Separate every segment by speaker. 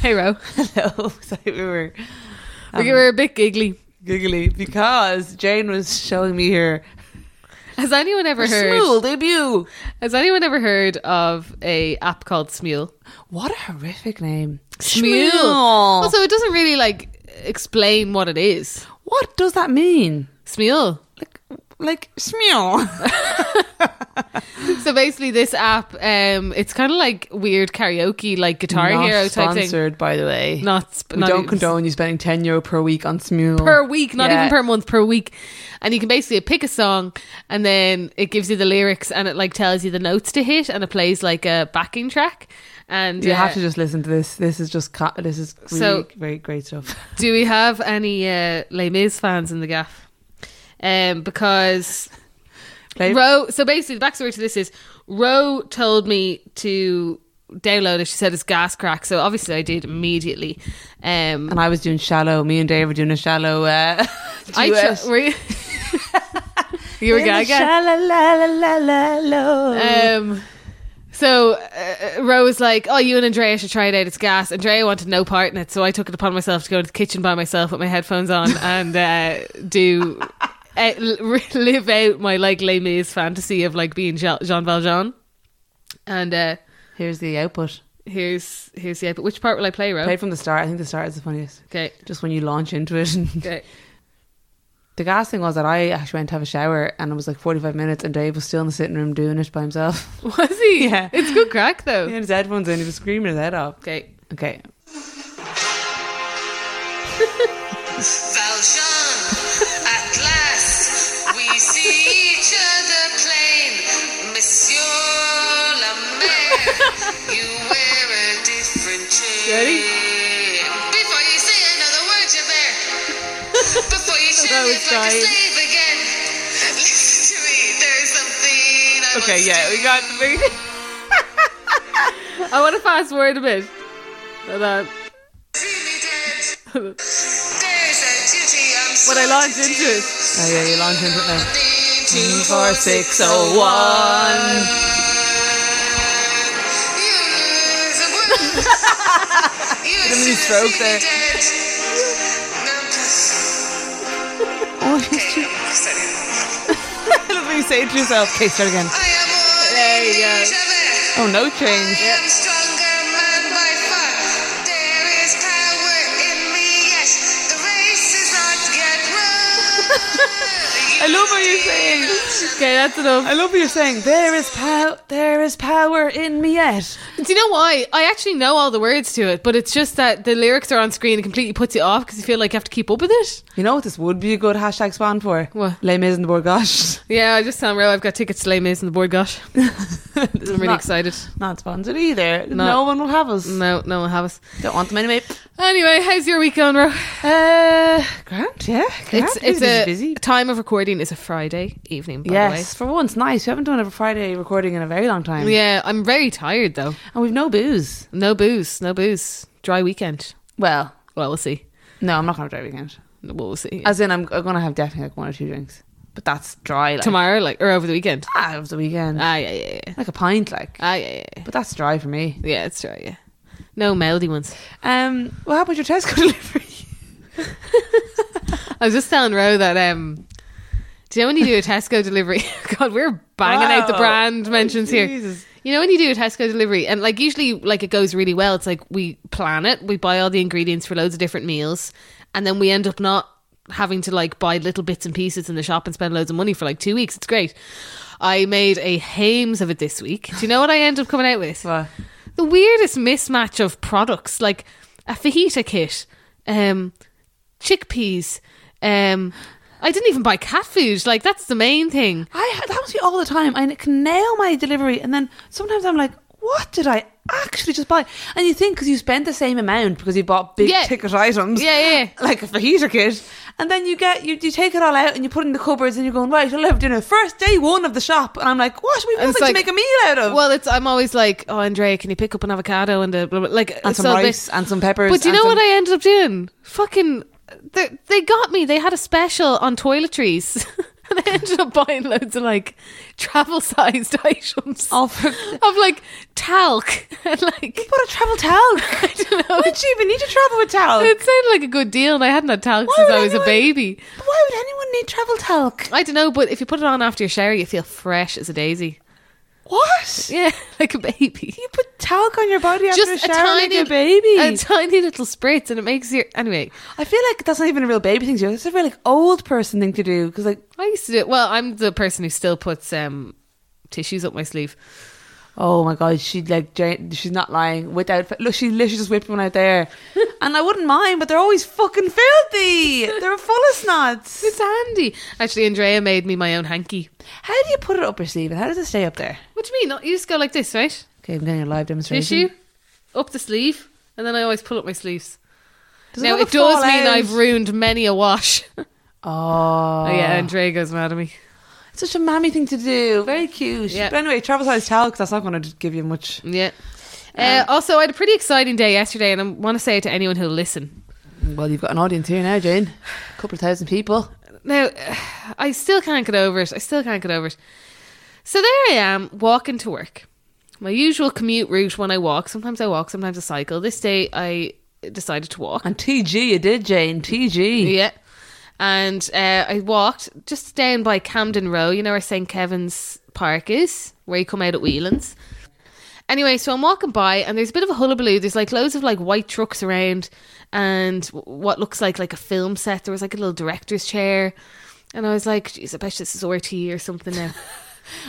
Speaker 1: Hey Ro.
Speaker 2: Hello. So we were Um,
Speaker 1: we were a bit giggly.
Speaker 2: giggly because Jane was showing me her
Speaker 1: Has anyone ever heard
Speaker 2: Smule debut.
Speaker 1: has anyone ever heard of a app called Smule?
Speaker 2: What a horrific name.
Speaker 1: Smule. Also it doesn't really like explain what it is.
Speaker 2: what does that mean?
Speaker 1: Smule.
Speaker 2: Like, like Smule.
Speaker 1: So basically this app, um, it's kinda like weird karaoke like guitar
Speaker 2: Not
Speaker 1: hero type thing.
Speaker 2: sponsored, by the way.
Speaker 1: Not, sp-
Speaker 2: we
Speaker 1: not
Speaker 2: don't
Speaker 1: even-
Speaker 2: condone you spending 10 euro per week on Smule.
Speaker 1: per week, not
Speaker 2: Yeah.
Speaker 1: even per month, per week. And you can basically pick a song and then it gives you the lyrics and it like tells you the notes to hit and it plays like a backing track. And
Speaker 2: You
Speaker 1: yeah.
Speaker 2: have to just listen to this. This is just, ca- this is really
Speaker 1: So-
Speaker 2: great, great stuff.
Speaker 1: do we have any uh, Les Mis fans in the gaff? Um, because
Speaker 2: Play-
Speaker 1: Ro, so basically the backstory to this is Ro told me to download it. She said it's gas crack, so obviously I did immediately. Um,
Speaker 2: and I was doing shallow. Me and Dave were doing a shallow. Uh,
Speaker 1: I
Speaker 2: duet.
Speaker 1: cho- were you, you were
Speaker 2: In the
Speaker 1: gaga.
Speaker 2: sha-la-la-la-la-la-lo.
Speaker 1: Um, so uh, Ro was like, "Oh, you and Andrea should try it out. It's gas." Andrea wanted no part in it, so I took it upon myself to go to the kitchen by myself with my headphones on and uh, do uh, l- live out my like Les Mis fantasy of like being Jean Jean Valjean. And uh,
Speaker 2: Here's the output.
Speaker 1: here's here's the output. Which part will I play, Ro?
Speaker 2: Played from the start. I think the start is the funniest.
Speaker 1: Okay,
Speaker 2: Just when you launch into it.
Speaker 1: okay.
Speaker 2: the gas thing was that I actually went to have a shower and it was like 45 minutes and Dave was still in the sitting room doing it by himself.
Speaker 1: Was he?
Speaker 2: Yeah.
Speaker 1: it's good crack
Speaker 2: He
Speaker 1: though.
Speaker 2: had his headphones in. He was screaming his head off.
Speaker 1: Okay.
Speaker 2: Okay.
Speaker 3: Valjean, at last we see each other plain. Monsieur la Maire, you wear a different chain.
Speaker 1: Ready?
Speaker 3: Before you say another word, you're there. Before you
Speaker 1: I
Speaker 3: share
Speaker 1: was
Speaker 3: it like a
Speaker 1: dying.
Speaker 3: slave again. Listen to me, there's something I
Speaker 2: Okay,
Speaker 3: must
Speaker 2: yeah, we got the
Speaker 3: do.
Speaker 2: big.
Speaker 1: I want to fast forward a bit. Hold
Speaker 2: Oh,
Speaker 1: on.
Speaker 3: Really dead. There's a duty I'm
Speaker 1: When I
Speaker 3: sworn
Speaker 1: launch
Speaker 3: to
Speaker 1: into
Speaker 3: do.
Speaker 1: it.
Speaker 2: Oh, yeah, you launch into it now.
Speaker 3: Nothing to
Speaker 2: Two, four, six, oh,
Speaker 3: You
Speaker 2: one.
Speaker 3: lose a word. You
Speaker 2: a mini
Speaker 3: should
Speaker 2: stroke
Speaker 3: be
Speaker 2: there.
Speaker 3: dead. No,
Speaker 2: Oh, he's Let me say it to yourself. Okay, start again.
Speaker 3: I am more
Speaker 1: There you
Speaker 3: than
Speaker 1: go.
Speaker 3: each other.
Speaker 2: Oh, no
Speaker 3: I
Speaker 2: change.
Speaker 3: am stronger man by far. There is power in me, yes. The race is not yet
Speaker 2: I
Speaker 3: run.
Speaker 2: love what you're saying.
Speaker 1: Okay, that's enough.
Speaker 2: I love what you're saying. There is power. There is power in me yet.
Speaker 1: Do you know why? I actually know all the words to it, but it's just that the lyrics are on screen and completely puts you off because you feel like you have to keep up with it.
Speaker 2: You know what this would be a good hashtag spawn for?
Speaker 1: What?
Speaker 2: Les Mis and the Borgosh.
Speaker 1: Yeah, I just sound real. I've got tickets to Les Mis and the board. Gosh,
Speaker 2: I'm
Speaker 1: I'm really excited.
Speaker 2: Not sponsored either. No,
Speaker 1: No.
Speaker 2: one will have us.
Speaker 1: No, no one have us.
Speaker 2: Don't want them anyway.
Speaker 1: Anyway, how's your week going, Ro?
Speaker 2: Uh, Grant, yeah. Grant,
Speaker 1: It's it's
Speaker 2: busy,
Speaker 1: a
Speaker 2: busy.
Speaker 1: time of recording is a Friday evening. By
Speaker 2: Yes, for once, nice. We haven't done a Friday recording in a very long
Speaker 1: the
Speaker 2: time.
Speaker 1: way. Yeah, I'm very tired though.
Speaker 2: And we've no booze.
Speaker 1: No booze, no booze. Dry weekend.
Speaker 2: Well,
Speaker 1: Well, we'll see.
Speaker 2: no, I'm not going to have a dry weekend.
Speaker 1: Well, we'll see.
Speaker 2: As in, I'm, I'm going to have definitely like one or two drinks. But that's dry. Like,
Speaker 1: Tomorrow, like or over the weekend.
Speaker 2: Ah, over the weekend.
Speaker 1: Ah, yeah, yeah, yeah.
Speaker 2: like a pint, like.
Speaker 1: Ah, yeah, yeah, yeah.
Speaker 2: But that's dry for me.
Speaker 1: Yeah, it's right. Yeah, no melody ones.
Speaker 2: Um, what happened with your Tesco delivery?
Speaker 1: I was just telling Ro that um do you know when you do a Tesco delivery? God, we're banging out the
Speaker 2: Wow. Oh,
Speaker 1: brand mentions here.
Speaker 2: Jesus.
Speaker 1: You know when you do a Tesco delivery and like usually like it goes really well. It's like we plan it, we buy all the ingredients for loads of different meals, and then we end up not having to like buy little bits and pieces in the shop and spend loads of money for like two weeks. It's great. I made a hames of it this week. Do you know what I end up coming out with?
Speaker 2: What?
Speaker 1: the weirdest mismatch of products like a fajita kit um chickpeas um i didn't even buy cat food like that's the main thing
Speaker 2: I that was me all the time. I can nail my delivery, and then sometimes I'm like, "What did I actually just buy?" And you think because you spent the same amount because you bought big
Speaker 1: Yeah.
Speaker 2: ticket items,
Speaker 1: yeah yeah, yeah
Speaker 2: like a fajita kit, and then you get you, you take it all out and you put it in the cupboards, and you're going right. I'll have dinner first day one of the shop, and I'm like, "What? We've
Speaker 1: And it's
Speaker 2: nothing to
Speaker 1: like-
Speaker 2: make a meal out of."
Speaker 1: well it's i'm always like oh andrea can you pick up an avocado and a blah, blah, like
Speaker 2: and some
Speaker 1: so they-
Speaker 2: rice and some peppers.
Speaker 1: but do you
Speaker 2: and
Speaker 1: know
Speaker 2: some-
Speaker 1: what i ended up doing fucking they, they got me they had a special on toiletries and I ended up buying loads of like travel sized items
Speaker 2: All for-
Speaker 1: of like talc and like
Speaker 2: What a travel towel.
Speaker 1: I don't know.
Speaker 2: Why would you even need to travel with towel?
Speaker 1: It sounded like a good deal, and I hadn't had talc
Speaker 2: Why
Speaker 1: since
Speaker 2: would
Speaker 1: I was a
Speaker 2: anyone-
Speaker 1: baby.
Speaker 2: Why would anyone need travel talc?
Speaker 1: I don't know, but if you put it on after your shower, you feel fresh as a daisy.
Speaker 2: What?
Speaker 1: Yeah, like a baby.
Speaker 2: You put talc on your body after
Speaker 1: Just
Speaker 2: a
Speaker 1: a
Speaker 2: shower like
Speaker 1: tiny
Speaker 2: a baby.
Speaker 1: A tiny little spritz, and it makes your anyway.
Speaker 2: I feel like that's not even a real baby thing to do. That's a real like old person thing to do because like
Speaker 1: I used to do. Well, I'm the person who still puts um, tissues up my sleeve.
Speaker 2: Oh my god, she like gen- she's not lying. Without look, she literally just whipped one out there, and I wouldn't mind, but they're always fucking filthy. They're full of snots.
Speaker 1: It's handy. Actually, Andrea made me my own hanky.
Speaker 2: How do you put it up your sleeve, and how does it stay up there?
Speaker 1: What do you mean? You just go like this, right?
Speaker 2: Okay, I'm getting a live demonstration.
Speaker 1: Tissue up the sleeve, and then I always pull up my sleeves.
Speaker 2: Does
Speaker 1: now
Speaker 2: ever
Speaker 1: it does
Speaker 2: fall
Speaker 1: mean
Speaker 2: out?
Speaker 1: I've ruined many a wash.
Speaker 2: Oh,
Speaker 1: Oh, yeah, Andrea goes mad at me.
Speaker 2: It's such a mammy thing to do. Very cute.
Speaker 1: Yeah.
Speaker 2: But anyway, travel size towel because that's not going to give you much.
Speaker 1: Yeah. Uh, also, I had a pretty exciting day yesterday, and I want to say it to anyone who'll listen.
Speaker 2: Well, you've got an audience here now, Jane. A couple of thousand people.
Speaker 1: Now, I still can't get over it. I still can't get over it. So there I am, walking to work. My usual commute route when I walk. Sometimes I walk, sometimes I cycle. This day I decided to walk.
Speaker 2: And TG, you did, Jane. TG.
Speaker 1: Yeah. And uh, I walked just down by Camden Row, you know where St. Kevin's Park is, where you come out at Whelan's. Anyway, so I'm walking by and there's a bit of a hullabaloo. There's like loads of like white trucks around and w- what looks like like a film set. There was like a little director's chair. And I was like, geez, I bet this is RTE or something now.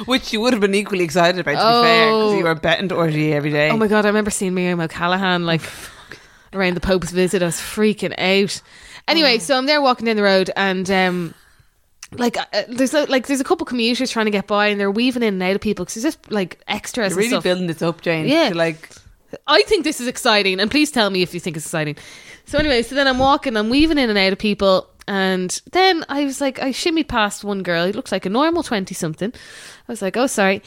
Speaker 2: Which you would have been equally excited about, to be fair, because
Speaker 1: Oh.
Speaker 2: you were betting to RTE every day.
Speaker 1: oh my God, I remember seeing Miriam O'Callaghan like around the Pope's visit. I was freaking out. Anyway, so I'm there walking down the road and. um like uh, there's a, like there's a couple commuters trying to get by and they're weaving in and out of people because there's just like extras
Speaker 2: You're
Speaker 1: and
Speaker 2: really
Speaker 1: stuff.
Speaker 2: building this up, Jane.
Speaker 1: Yeah.
Speaker 2: to, like
Speaker 1: I think this is exciting, and please tell me if you think it's exciting. So anyway, so then I'm walking, I'm weaving in and out of people, and then I was like, I shimmied past one girl. It looked like a normal twenty something. I was like, oh sorry.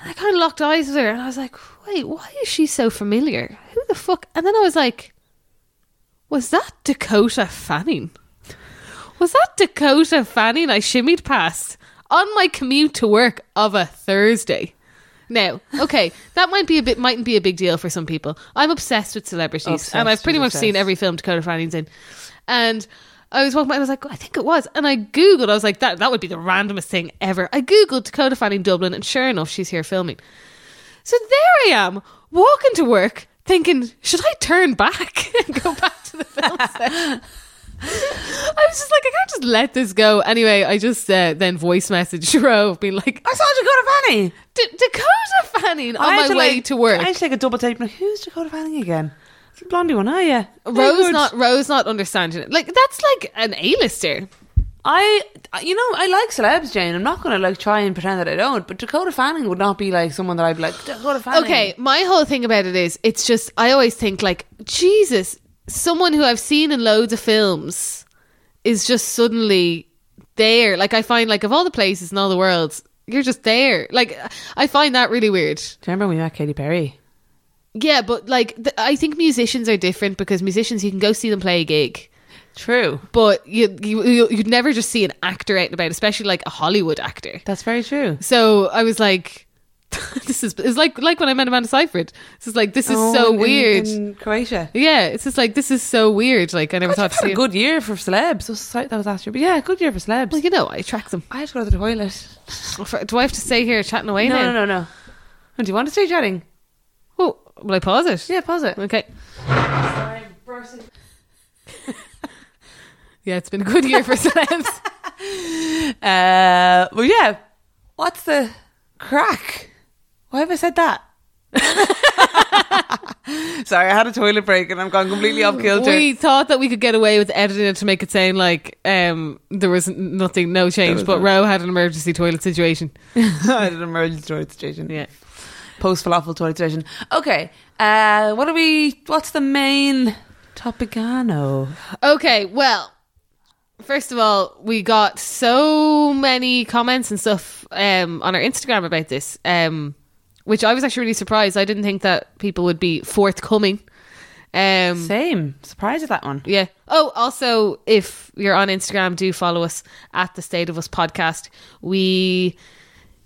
Speaker 1: And I kind of locked eyes with her, and I was like, wait, why is she so familiar? Who the fuck? And then I was like, was that Dakota Fanning? Was that Dakota Fanning I shimmied past on my commute to work of a Thursday? Now, okay, that might be a bit mightn't be a big deal for some people. I'm obsessed with celebrities, and I've
Speaker 2: Obsessed
Speaker 1: pretty
Speaker 2: with
Speaker 1: much seen
Speaker 2: obsessed.
Speaker 1: every film Dakota Fanning's in. And I was walking by, and I was like, "Oh, I think it was. And I googled. I was like, that that would be the randomest thing ever. I googled Dakota Fanning Dublin, and sure enough, she's here filming. So there I am, walking to work, thinking, should I turn back and go back to the film set? I was just like, I can't just let this go. Anyway, I just uh, then voice messaged Ro, being like,
Speaker 2: I saw Dakota Fanning
Speaker 1: D- Dakota Fanning on
Speaker 2: I had
Speaker 1: my
Speaker 2: to,
Speaker 1: way
Speaker 2: like-
Speaker 1: to work.
Speaker 2: I had to take a double take. Like, Who's Dakota Fanning again? It's the blondie one, are you?
Speaker 1: Rose not Rose not understanding it. Like that's like an A-lister.
Speaker 2: I, you know, I like celebs, Jane. I'm not gonna like try and pretend that I don't. But Dakota Fanning would not be like someone that I'd be like Dakota Fanning.
Speaker 1: Okay, my whole thing about it is it's just I always think like Jesus, someone who I've seen in loads of films is just suddenly there. Like I find like of all the places in all the worlds, you're just there. Like I find that really weird.
Speaker 2: Do you remember when we met Katy Perry?
Speaker 1: Yeah, but like th- I think musicians are different because musicians you can go see them play a gig,
Speaker 2: True.
Speaker 1: but you you you- you'd never just see an actor out and about, especially like a Hollywood actor.
Speaker 2: That's very true.
Speaker 1: So I was like, this is it's like like when I met Amanda Seyfried. This is like this is
Speaker 2: Oh,
Speaker 1: so
Speaker 2: in-
Speaker 1: weird.
Speaker 2: In Croatia.
Speaker 1: yeah, it's just like this is so weird. Like I never
Speaker 2: God,
Speaker 1: thought
Speaker 2: you've
Speaker 1: to see
Speaker 2: had a
Speaker 1: it.
Speaker 2: good year for celebs. That was, that was last year, but yeah, good year for celebs.
Speaker 1: Well, you know, I attract them.
Speaker 2: I have to go to the toilet.
Speaker 1: Do I have to stay here chatting away
Speaker 2: No,
Speaker 1: now?
Speaker 2: no, no, no. Oh, do you want to stay chatting?
Speaker 1: Oh, will I pause it?
Speaker 2: Yeah, pause it.
Speaker 1: Okay. Yeah, it's been a good year for celebs.
Speaker 2: Uh, well, yeah. What's the crack? Why have I said that? Sorry, I had a toilet break and I'm gone completely off kilter.
Speaker 1: We thought that we could get away with editing it to make it sound like um, there was n- nothing, no change. But Row had an emergency toilet situation.
Speaker 2: I had an emergency toilet station. Yeah, post falafel toilet station. Okay. Uh, what are we? What's the main topicano?
Speaker 1: Okay, well, first of all, we got so many comments and stuff um, on our Instagram about this, um, which I was actually really surprised. I didn't think that people would be forthcoming. Um,
Speaker 2: Same. Surprised at that one.
Speaker 1: yeah. Oh, also, if you're on Instagram, do follow us at the State of Us podcast. We,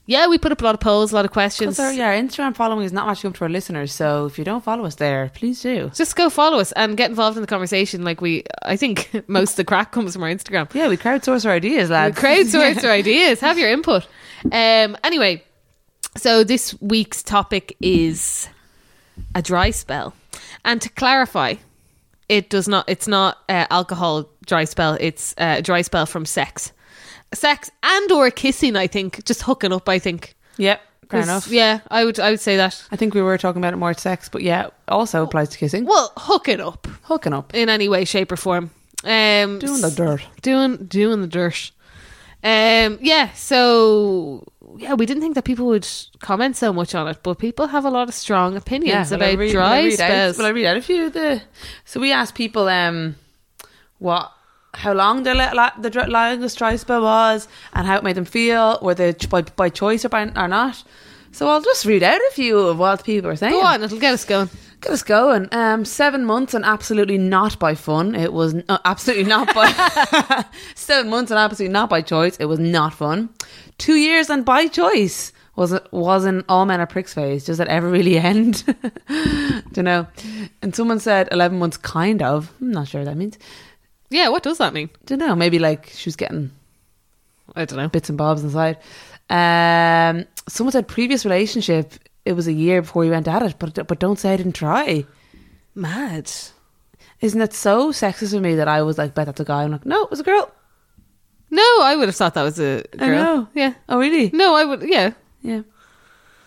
Speaker 1: yeah, we put up a lot of polls, a lot of questions.
Speaker 2: Also, yeah, our Instagram following is not matching up to our listeners. So if you don't follow us there, please do.
Speaker 1: Just go follow us and get involved in the conversation. Like we, I think most of the crack comes from our Instagram.
Speaker 2: Yeah, we crowdsource our ideas,
Speaker 1: We
Speaker 2: lads.
Speaker 1: crowdsource our ideas. Have your input. Um. Anyway, so this week's topic is a dry spell, and to clarify, it does not. It's not uh, alcohol dry spell. It's uh, a dry spell from sex, sex and or kissing. I think just hooking up. I think.
Speaker 2: Yep, fair
Speaker 1: 'Cause,
Speaker 2: enough.
Speaker 1: Yeah, I would. I would say that.
Speaker 2: I think we were talking about it more at sex, but yeah, also applies to kissing.
Speaker 1: Well, hooking up
Speaker 2: Hooking up.
Speaker 1: in any way, shape, or form. Um,
Speaker 2: Doing the dirt.
Speaker 1: doing doing the dirt. Um, yeah, so yeah, we didn't think that people would comment so much on it, but people have a lot of strong opinions
Speaker 2: will I
Speaker 1: about
Speaker 2: read- will I
Speaker 1: dry
Speaker 2: read out-
Speaker 1: spells.
Speaker 2: Will I read out a few of the? So we asked people um, what, how long their li- li- the dr- longest dry spell was, and how it made them feel, whether ch- by, by choice or by, or not. So I'll just read out a few of what people are saying.
Speaker 1: Go on, it'll get us going.
Speaker 2: Get us going. Um, seven months and absolutely not by fun. It was n- uh, absolutely not by seven months and absolutely not by choice. It was not fun. Two years and by choice was was in all men are pricks phase. Does that ever really end? Don't know. And someone said eleven months, kind of. I'm not sure what that means.
Speaker 1: Yeah, what does that mean?
Speaker 2: Don't know. Maybe like she was getting
Speaker 1: I don't know.
Speaker 2: bits and bobs inside. Um, someone said previous relationship. It was a year before you went at it, but but don't say I didn't try.
Speaker 1: Mad.
Speaker 2: Isn't it so sexist of me that I was like, bet that's a guy? I'm like, no, it was a girl.
Speaker 1: No, I would have thought that was a girl.
Speaker 2: I know.
Speaker 1: Yeah.
Speaker 2: Oh, really?
Speaker 1: No, I would. Yeah.
Speaker 2: Yeah.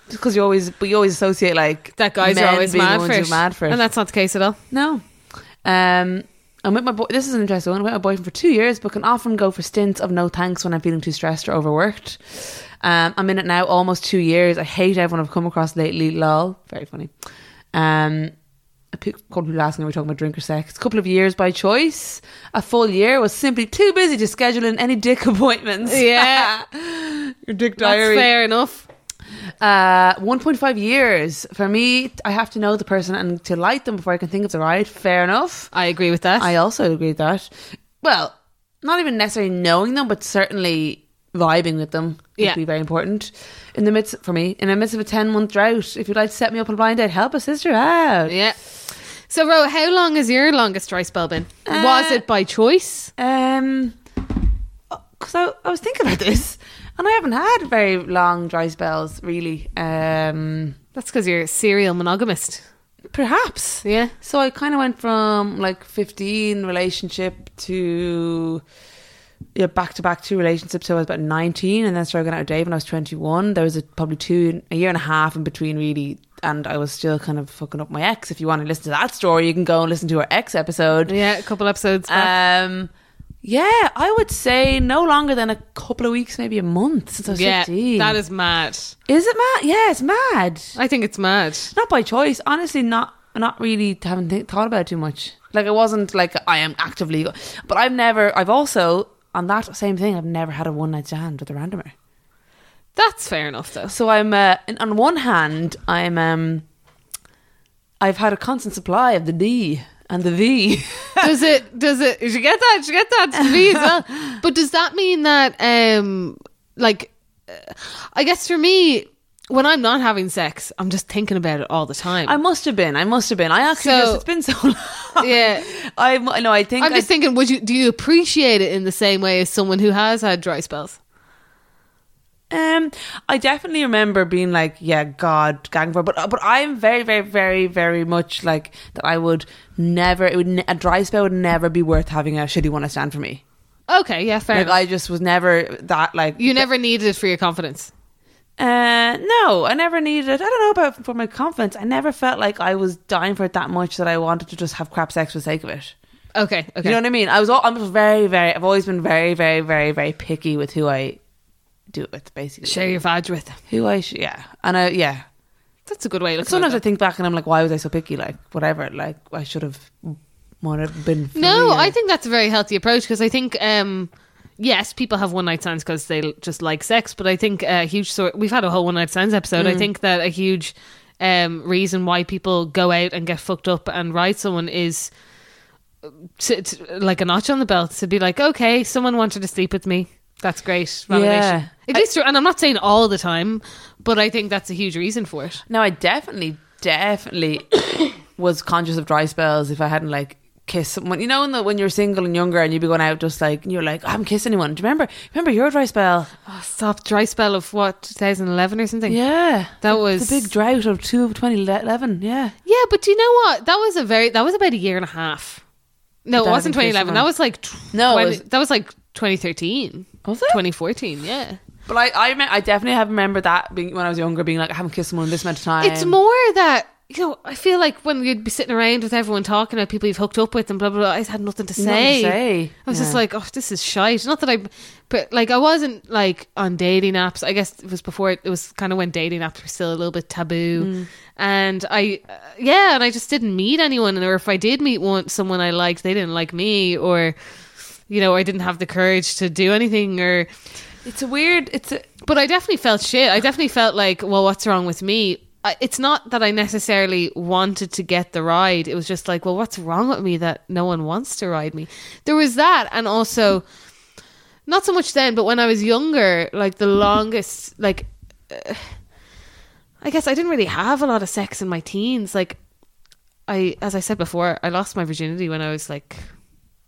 Speaker 2: Just because you always, but you always associate like
Speaker 1: That guys
Speaker 2: men
Speaker 1: are always
Speaker 2: being the
Speaker 1: mad
Speaker 2: ones
Speaker 1: for,
Speaker 2: who
Speaker 1: it.
Speaker 2: are mad for it.
Speaker 1: and that's not the case at all.
Speaker 2: no. Um, I'm with my boy. This is an interesting one. I'm with my boyfriend for two years, but can often go for stints of no thanks when I'm feeling too stressed or overworked. Um, I'm in it now almost two years. I hate everyone I've come across lately. Lol, very funny. Um, a pe- couple of people asking, are we talking about drink or sex? A couple of years by choice. A full year was simply too busy to schedule in any dick appointments.
Speaker 1: Yeah.
Speaker 2: Your dick
Speaker 1: That's fair enough.
Speaker 2: Uh, 1.5 years. For me, I have to know the person and to like them before I can think of the right. Fair enough.
Speaker 1: I agree with that.
Speaker 2: I also agree with that. Well, not even necessarily knowing them, but certainly vibing with them would
Speaker 1: Yeah.
Speaker 2: be very important. In the midst, for me, in the midst of a 10 month drought, if you'd like to set me up on a blind date, help a sister out.
Speaker 1: yeah. So, Ro, how long has your longest dry spell been? was
Speaker 2: Uh,
Speaker 1: it by choice?
Speaker 2: Um, because I, I was thinking about this, and I haven't had very long dry spells, really. Um,
Speaker 1: That's because you're a serial monogamist.
Speaker 2: perhaps.
Speaker 1: Yeah.
Speaker 2: So I kind of went from like 15 relationship to yeah back to back two relationships. So I was about 19, and then started going out with Dave when I was 21. There was a, probably two a year and a half in between, really. And I was still kind of fucking up my ex. If you want to listen to that story, you can go and listen to our ex episode.
Speaker 1: Yeah, a couple episodes back.
Speaker 2: Um, yeah, I would say no longer than a couple of weeks, maybe a month since I was
Speaker 1: yeah,
Speaker 2: 15.
Speaker 1: that is mad.
Speaker 2: is it mad? Yeah, it's mad.
Speaker 1: I think it's mad.
Speaker 2: Not by choice, honestly. Not not really. Haven't th- thought about it too much. Like I wasn't like I am actively, but I've never. I've also on that same thing. I've never had a one night stand with a randomer.
Speaker 1: That's fair enough, though.
Speaker 2: So I'm uh, and on one hand, I'm um, I've had a constant supply of the D and the V.
Speaker 1: Does it? Does it? Did you get that? Did you get that? It's me as well. But does that mean that, um, like, uh, I guess for me, when I'm not having sex, I'm just thinking about it all the time.
Speaker 2: I must have been. I must have been. I actually
Speaker 1: So-
Speaker 2: just. It's been so long.
Speaker 1: Yeah.
Speaker 2: I no. I think.
Speaker 1: I'm
Speaker 2: I-
Speaker 1: just thinking, would you do you appreciate it in the same way as someone who has had dry spells?
Speaker 2: Um, I definitely remember being like, "Yeah, God, gang for," but but I'm very, very, very, very much like that. I would never. It would ne- a dry spell would never be worth having a shitty one to stand for me.
Speaker 1: Okay, yeah, fair.
Speaker 2: Like
Speaker 1: enough.
Speaker 2: I just was never that like.
Speaker 1: you never needed it for your confidence.
Speaker 2: Uh, no, I never needed. it. I don't know about for my confidence. I never felt like I was dying for it that much that I wanted to just have crap sex for the sake of it.
Speaker 1: Okay, okay.
Speaker 2: You know what I mean? I was all. I'm very, very. I've always been very, very, very, very picky with who I do it with. Basically,
Speaker 1: Share your vag with.
Speaker 2: who I sh- yeah, and I yeah.
Speaker 1: That's a good way. Of looking at
Speaker 2: Sometimes
Speaker 1: it.
Speaker 2: I think back and I'm like, why was I so picky? Like, whatever. Like, I should have might have been.
Speaker 1: No,
Speaker 2: freer.
Speaker 1: I think that's a very healthy approach because I think, um, yes, people have one night stands because Mm. they l- just like sex, but I think a huge sort. We've had a whole one night stands episode. I think that a huge um, reason why people go out and get fucked up and ride someone is to, to- like a notch on the belt to be like, okay, someone wanted to sleep with me. That's great validation.
Speaker 2: Yeah.
Speaker 1: At least, and I'm not saying all the time, but I think that's a huge reason for it.
Speaker 2: No, I definitely, definitely was conscious of dry spells if I hadn't like kissed someone. You know, when, the, when you're single and younger and you'd be going out just like, and you're like, I haven't kissed anyone. Do you remember? Remember your dry spell?
Speaker 1: Oh, stop dry spell of what 2011 or something.
Speaker 2: Yeah.
Speaker 1: That
Speaker 2: The-
Speaker 1: was-
Speaker 2: The big drought of two of 2011. Yeah.
Speaker 1: Yeah, but do you know what? That was a very that was about a year and a half. No,
Speaker 2: That
Speaker 1: it wasn't
Speaker 2: in case
Speaker 1: 2011. That
Speaker 2: someone-
Speaker 1: was like
Speaker 2: No,
Speaker 1: no,
Speaker 2: it was-
Speaker 1: that was like 2013.
Speaker 2: Was it?
Speaker 1: 2014? Yeah.
Speaker 2: But I, I, remem- I definitely have remembered that being when I was younger, being like, I haven't kissed someone in this amount of time.
Speaker 1: It's more that you know. I feel like when you'd be sitting around with everyone talking about people you've hooked up with and blah blah, blah I just had nothing to
Speaker 2: Nothing to
Speaker 1: say.
Speaker 2: say.
Speaker 1: I was just
Speaker 2: Yeah.
Speaker 1: like, oh, this is shite. Not that I, but like I wasn't like on dating apps. I guess it was before it, it was kind of when dating apps were still a little bit taboo,
Speaker 2: Mm.
Speaker 1: and I, uh, yeah, and I just didn't meet anyone, or if I did meet one someone I liked, they didn't like me, or you know, I didn't have the courage to do anything, or
Speaker 2: It's a weird. It's a.
Speaker 1: but I definitely felt shit. I definitely felt like, well, what's wrong with me? I, it's not that I necessarily wanted to get the ride. It was just like, well, what's wrong with me that no one wants to ride me? There was that, and also, not so much then, but when I was younger, like the longest, like, uh, I guess I didn't really have a lot of sex in my teens. Like, I, as I said before, I lost my virginity when I was like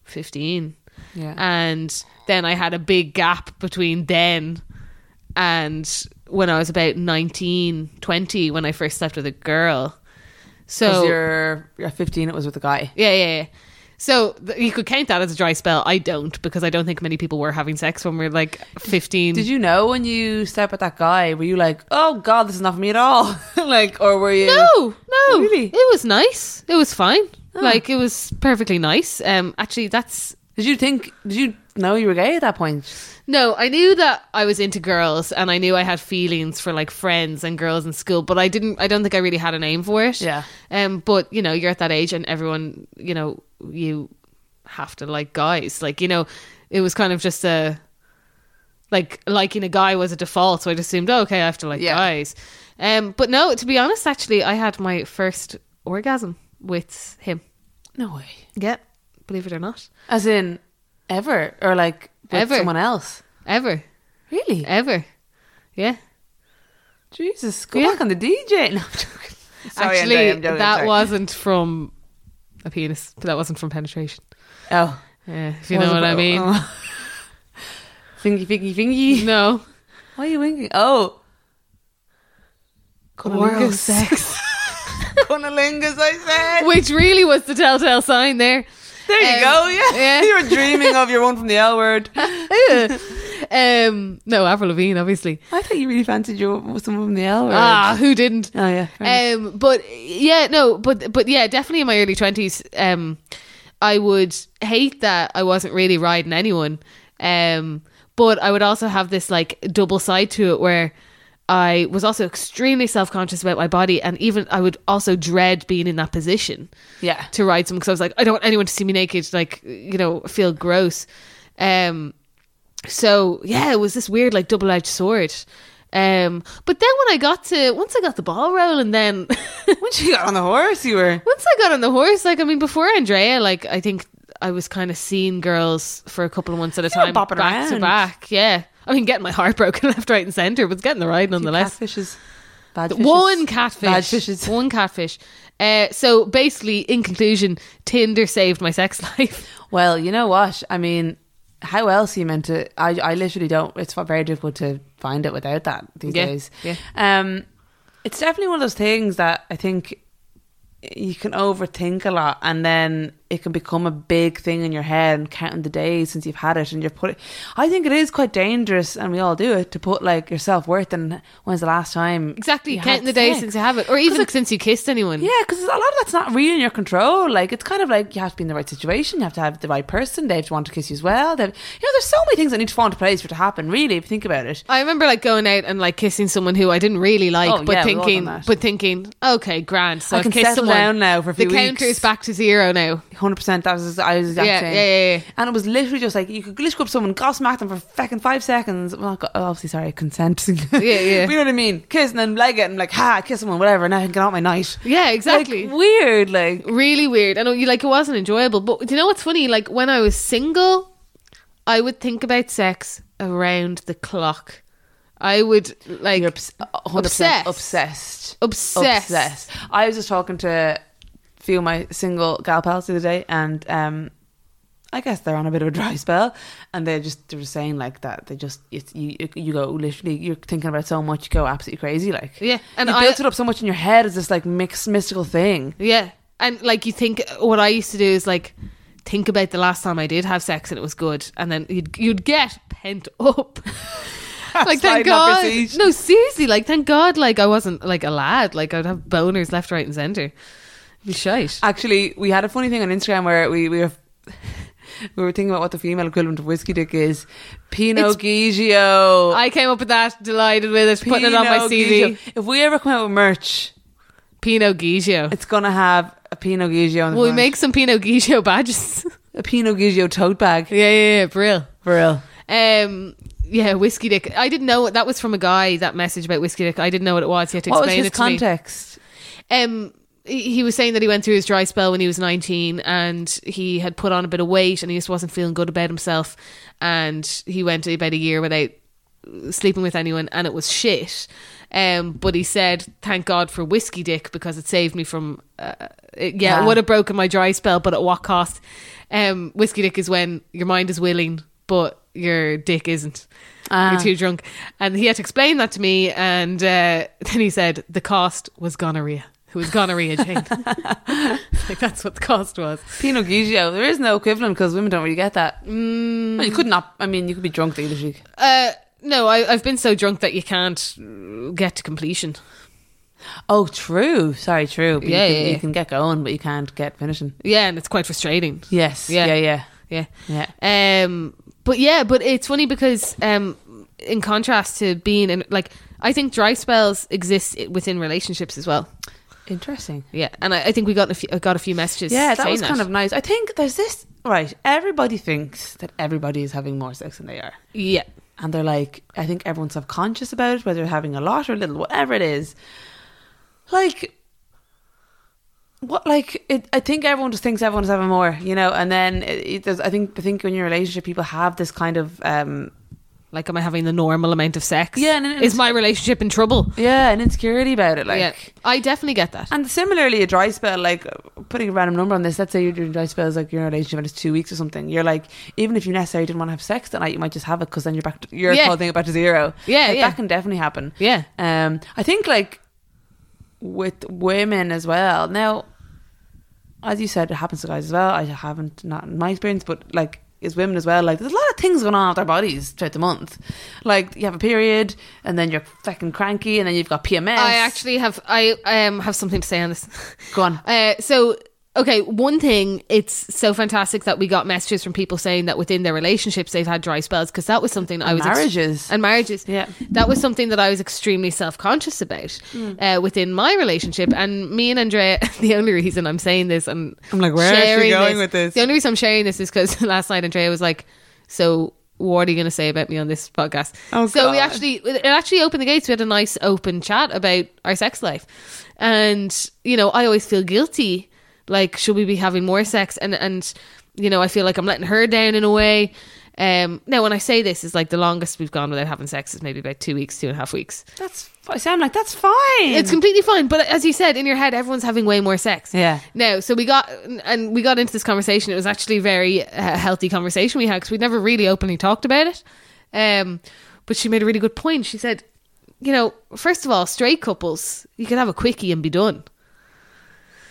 Speaker 1: fifteen
Speaker 2: Yeah.
Speaker 1: and then I had a big gap between then and when I was about 19, 20 when I first slept with a girl.
Speaker 2: Because
Speaker 1: So
Speaker 2: you're, you're 15, it was with a guy.
Speaker 1: yeah, yeah, yeah. So th- you could count that as a dry spell. I don't because I don't think many people were having sex when we were like 15.
Speaker 2: Did you know when you slept with that guy, were you like, oh God, this is not for me at all? like, or were you.
Speaker 1: No, no.
Speaker 2: Really? Oh.
Speaker 1: It was nice. It was fine. Like it was perfectly nice. Um actually that's
Speaker 2: Did you think? Did you know you were gay at that point?
Speaker 1: No, I knew that I was into girls and I knew I had feelings for like friends and girls in school, but I didn't I don't think I really had a name for it.
Speaker 2: Yeah.
Speaker 1: Um but you know, you're at that age and everyone, you know, you have to like guys. Like, you know, it was kind of just a like liking a guy was a default, so I just assumed, oh, okay, I have to like
Speaker 2: Yeah.
Speaker 1: guys. Um but no, to be honest, actually I had my first orgasm with him.
Speaker 2: No way.
Speaker 1: Yeah, believe it or not.
Speaker 2: As in, ever or like with
Speaker 1: Ever.
Speaker 2: someone else?
Speaker 1: Ever.
Speaker 2: Really?
Speaker 1: Ever. Yeah.
Speaker 2: Jesus, go
Speaker 1: Yeah.
Speaker 2: back on the DJ. No, I'm joking. Sorry,
Speaker 1: Actually,
Speaker 2: Andrea, I'm joking,
Speaker 1: that
Speaker 2: sorry.
Speaker 1: wasn't from a penis. That wasn't from penetration.
Speaker 2: Oh,
Speaker 1: Yeah, if you know what I mean.
Speaker 2: fingy, fingy, fingy.
Speaker 1: No,
Speaker 2: Why are you winking? Oh,
Speaker 1: oral
Speaker 2: cunnilingus.
Speaker 1: sex,
Speaker 2: Cunnilingus, I said.
Speaker 1: which really was the telltale sign there.
Speaker 2: there you
Speaker 1: um,
Speaker 2: go. Yeah,
Speaker 1: yeah.
Speaker 2: you were dreaming of your one from the L word.
Speaker 1: Um, no, Avril Lavigne, obviously.
Speaker 2: I thought you really fancied your someone from the L word.
Speaker 1: Ah, who didn't?
Speaker 2: Oh yeah. fair enough.
Speaker 1: Um, but yeah, no, but but yeah, definitely in my early twenties, um, I would hate that I wasn't really riding anyone. Um, but I would also have this like double side to it where I was also extremely self conscious about my body, and even I would also dread being in that position
Speaker 2: yeah.
Speaker 1: to ride someone because I was like, I don't want anyone to see me naked, like you know, feel gross. Um, so yeah, it was this weird like double edged sword. Um, but then when I got to once I got the ball rolling, then
Speaker 2: When she got on the horse, you were.
Speaker 1: once I got on the horse, like I mean, before Andrea, like I think I was kind of seeing girls for a couple of months at a
Speaker 2: You were
Speaker 1: time,
Speaker 2: bopping
Speaker 1: back to
Speaker 2: around.
Speaker 1: back. Yeah, I mean, getting my heart broken left, right, and center, but it's getting the ride nonetheless.
Speaker 2: Catfishes. Bad
Speaker 1: The
Speaker 2: fishes.
Speaker 1: One catfish.
Speaker 2: Bad fishes.
Speaker 1: One catfish. Uh, so basically, in conclusion, Tinder saved my sex life.
Speaker 2: Well, you know what? I mean, how else are you meant to? I, I literally don't. It's very difficult to find it without that these
Speaker 1: Yeah,
Speaker 2: days.
Speaker 1: yeah.
Speaker 2: Um, it's definitely one of those things that I think you can overthink a lot, and then it can become a big thing in your head and counting the days since you've had it, and you're putting. I think it is quite dangerous, and we all do it to put like your self worth and when's the last time
Speaker 1: Exactly,
Speaker 2: you had
Speaker 1: counting the days
Speaker 2: sex.
Speaker 1: since you have it, or even since you kissed anyone.
Speaker 2: Yeah, because a lot of that's not really in your control. Like it's kind of like you have to be in the right situation, you have to have the right person, they have to want to kiss you as well. They have, you know, there's so many things that need to fall into place for it to happen. Really, if you think about it.
Speaker 1: I remember like going out and like kissing someone who I didn't really like,
Speaker 2: Oh,
Speaker 1: but
Speaker 2: yeah, we've all
Speaker 1: thinking,
Speaker 2: done that.
Speaker 1: but thinking, okay, grand. So
Speaker 2: I
Speaker 1: I've
Speaker 2: can
Speaker 1: kissed
Speaker 2: settle
Speaker 1: someone.
Speaker 2: down now for a few
Speaker 1: the counter
Speaker 2: weeks.
Speaker 1: is back to zero now.
Speaker 2: hundred percent. That was I was the exact
Speaker 1: Yeah,
Speaker 2: same.
Speaker 1: yeah, yeah, yeah.
Speaker 2: And it was literally just like you could literally go up to someone, gobsmack them for fucking five seconds. Well, not go- oh, obviously, sorry, consent. yeah,
Speaker 1: yeah.
Speaker 2: you know what I mean? Kiss and then leg it and like ha, kiss someone, whatever. Now I can get out my night.
Speaker 1: Yeah, exactly.
Speaker 2: Like, weird, like
Speaker 1: really weird. I know you like it wasn't enjoyable, but do you know what's funny? Like when I was single, I would think about sex around the clock. I would like
Speaker 2: you're uh, obs- 100%
Speaker 1: Obsessed.
Speaker 2: obsessed,
Speaker 1: Obsessed.
Speaker 2: obsessed. I was just talking to a few of my single gal pals the other day, and um, I guess they're on a bit of a dry spell, and they just they were saying like that. They just it's you you go literally you're thinking about it so much, you go absolutely crazy, like
Speaker 1: Yeah, and
Speaker 2: and you
Speaker 1: I-
Speaker 2: built it up so much in your head as this like mixed mystical thing.
Speaker 1: yeah, and like you think what I used to do is like think about the last time I did have sex and it was good, and then you'd you'd get pent up. like thank
Speaker 2: Sliding up your
Speaker 1: God,
Speaker 2: seat.
Speaker 1: no seriously, like thank God, like I wasn't like a lad, like I'd have boners left, right, and center. It'd be shite.
Speaker 2: Actually, we had a funny thing on Instagram where we we were. We were thinking about what the female equivalent of whiskey dick is. Pinot Grigio.
Speaker 1: I came up with that, delighted with it, putting it on my
Speaker 2: Pinot
Speaker 1: CV.
Speaker 2: Grigio. If we ever come out with merch,
Speaker 1: Pinot Grigio.
Speaker 2: it's gonna have a Pinot Grigio. On the
Speaker 1: Well, we
Speaker 2: front.
Speaker 1: make some Pinot Grigio badges.
Speaker 2: a Pinot Grigio tote bag
Speaker 1: yeah, yeah, yeah, for real.
Speaker 2: for real.
Speaker 1: Um, yeah, whiskey dick. I didn't know that was from a guy. That message about whiskey dick. I didn't know what it was. He had to
Speaker 2: What was
Speaker 1: explain
Speaker 2: his
Speaker 1: it to
Speaker 2: context?
Speaker 1: me. Um, he he was saying that he went through his dry spell when he was nineteen, and he had put on a bit of weight, and he just wasn't feeling good about himself, and he went about a year without sleeping with anyone, and it was shit. Um, but he said, "Thank God for whiskey dick because it saved me from." Uh, it, yeah,
Speaker 2: Yeah.
Speaker 1: it would have broken my dry spell, but at what cost? Um, whiskey dick is when your mind is willing, but your dick isn't. You're too drunk, and he had to explain that to me. And uh, then he said, "The cost was gonorrhea." It was gonorrhea, Jane. like that's what the cost was.
Speaker 2: Pinot Grigio. There is no equivalent because women don't really get that. Mm. You could not. I mean, you could be drunk the other week.
Speaker 1: Uh, no, I, I've been so drunk that you can't uh, get to completion.
Speaker 2: Oh, true. Sorry, true. But
Speaker 1: Yeah,
Speaker 2: you, can,
Speaker 1: yeah, yeah.
Speaker 2: you can get going, but you can't get finishing.
Speaker 1: Yeah, and it's quite frustrating.
Speaker 2: Yes.
Speaker 1: Yeah.
Speaker 2: Yeah. Yeah. Yeah.
Speaker 1: Yeah. Um, but yeah, but it's funny because um, in contrast to being in like, I think dry spells exist i- within relationships as well.
Speaker 2: Interesting.
Speaker 1: Yeah, and I, I think we got a few, I got a few messages.
Speaker 2: Yeah, that
Speaker 1: saying
Speaker 2: was kind of nice. I think there's this right. Everybody thinks that everybody is having more sex than they are.
Speaker 1: yeah,
Speaker 2: and they're like, I think everyone's subconscious about it, whether they're having a lot or a little, whatever it is. Like, what? Like, it, I think everyone just thinks everyone's having more, you know. And then it, it, there's- I think I think when you're in a relationship, people have this kind of um,
Speaker 1: like am I having the normal amount of sex?
Speaker 2: Yeah, and it-
Speaker 1: is my relationship in trouble?
Speaker 2: yeah, an insecurity about it, like.
Speaker 1: yeah, I definitely get that.
Speaker 2: And similarly, a dry spell, like putting a random number on this, let's say you're doing dry spells, like you're in a relationship and it's two weeks or something. You're like, even if you necessarily didn't want to have sex that night, you might just have it because then you're back, to, you're
Speaker 1: Yeah.
Speaker 2: holding it back to zero.
Speaker 1: Yeah,
Speaker 2: Like,
Speaker 1: yeah.
Speaker 2: that can definitely happen.
Speaker 1: Yeah.
Speaker 2: um, I think like with women as well. Now, as you said, it happens to guys as well. I haven't, not in my experience, but like as women as well, like there's a lot of things going on with our bodies throughout the month. Like you have a period, and then you're fucking cranky, and then you've got PMS.
Speaker 1: I actually have I um have something to say on this.
Speaker 2: Go on.
Speaker 1: Uh, so okay, one thing it's so fantastic that we got messages from people saying that within their relationships they've had dry spells because that was something I was ex-
Speaker 2: marriages.
Speaker 1: and marriages.
Speaker 2: Yeah.
Speaker 1: that was something that I was extremely self conscious about
Speaker 2: Hmm.
Speaker 1: uh, within my relationship. And me and Andrea, the only reason I'm saying this and
Speaker 2: I'm like, where is she
Speaker 1: sharing
Speaker 2: going with this?
Speaker 1: The only reason I'm sharing this is because last night Andrea was like, so. What are you going to say about me on this podcast?
Speaker 2: Oh,
Speaker 1: so we
Speaker 2: God.
Speaker 1: actually actually- it actually opened the gates. We had a nice open chat about our sex life, and you know, I always feel guilty. Like, should we be having more sex? And and you know, I feel like I'm letting her down in a way. Um, now, when I say this, is like the longest we've gone without having sex is maybe about two weeks, two and a half weeks.
Speaker 2: That's. I sound like that's fine.
Speaker 1: It's completely fine, but as you said, in your head, everyone's having way more sex.
Speaker 2: Yeah.
Speaker 1: No, so we got and we got into this conversation. It was actually a very uh, healthy conversation we had because we'd never really openly talked about it. Um, but she made a really good point. She said, "You know, first of all, straight couples, you can have a quickie and be done.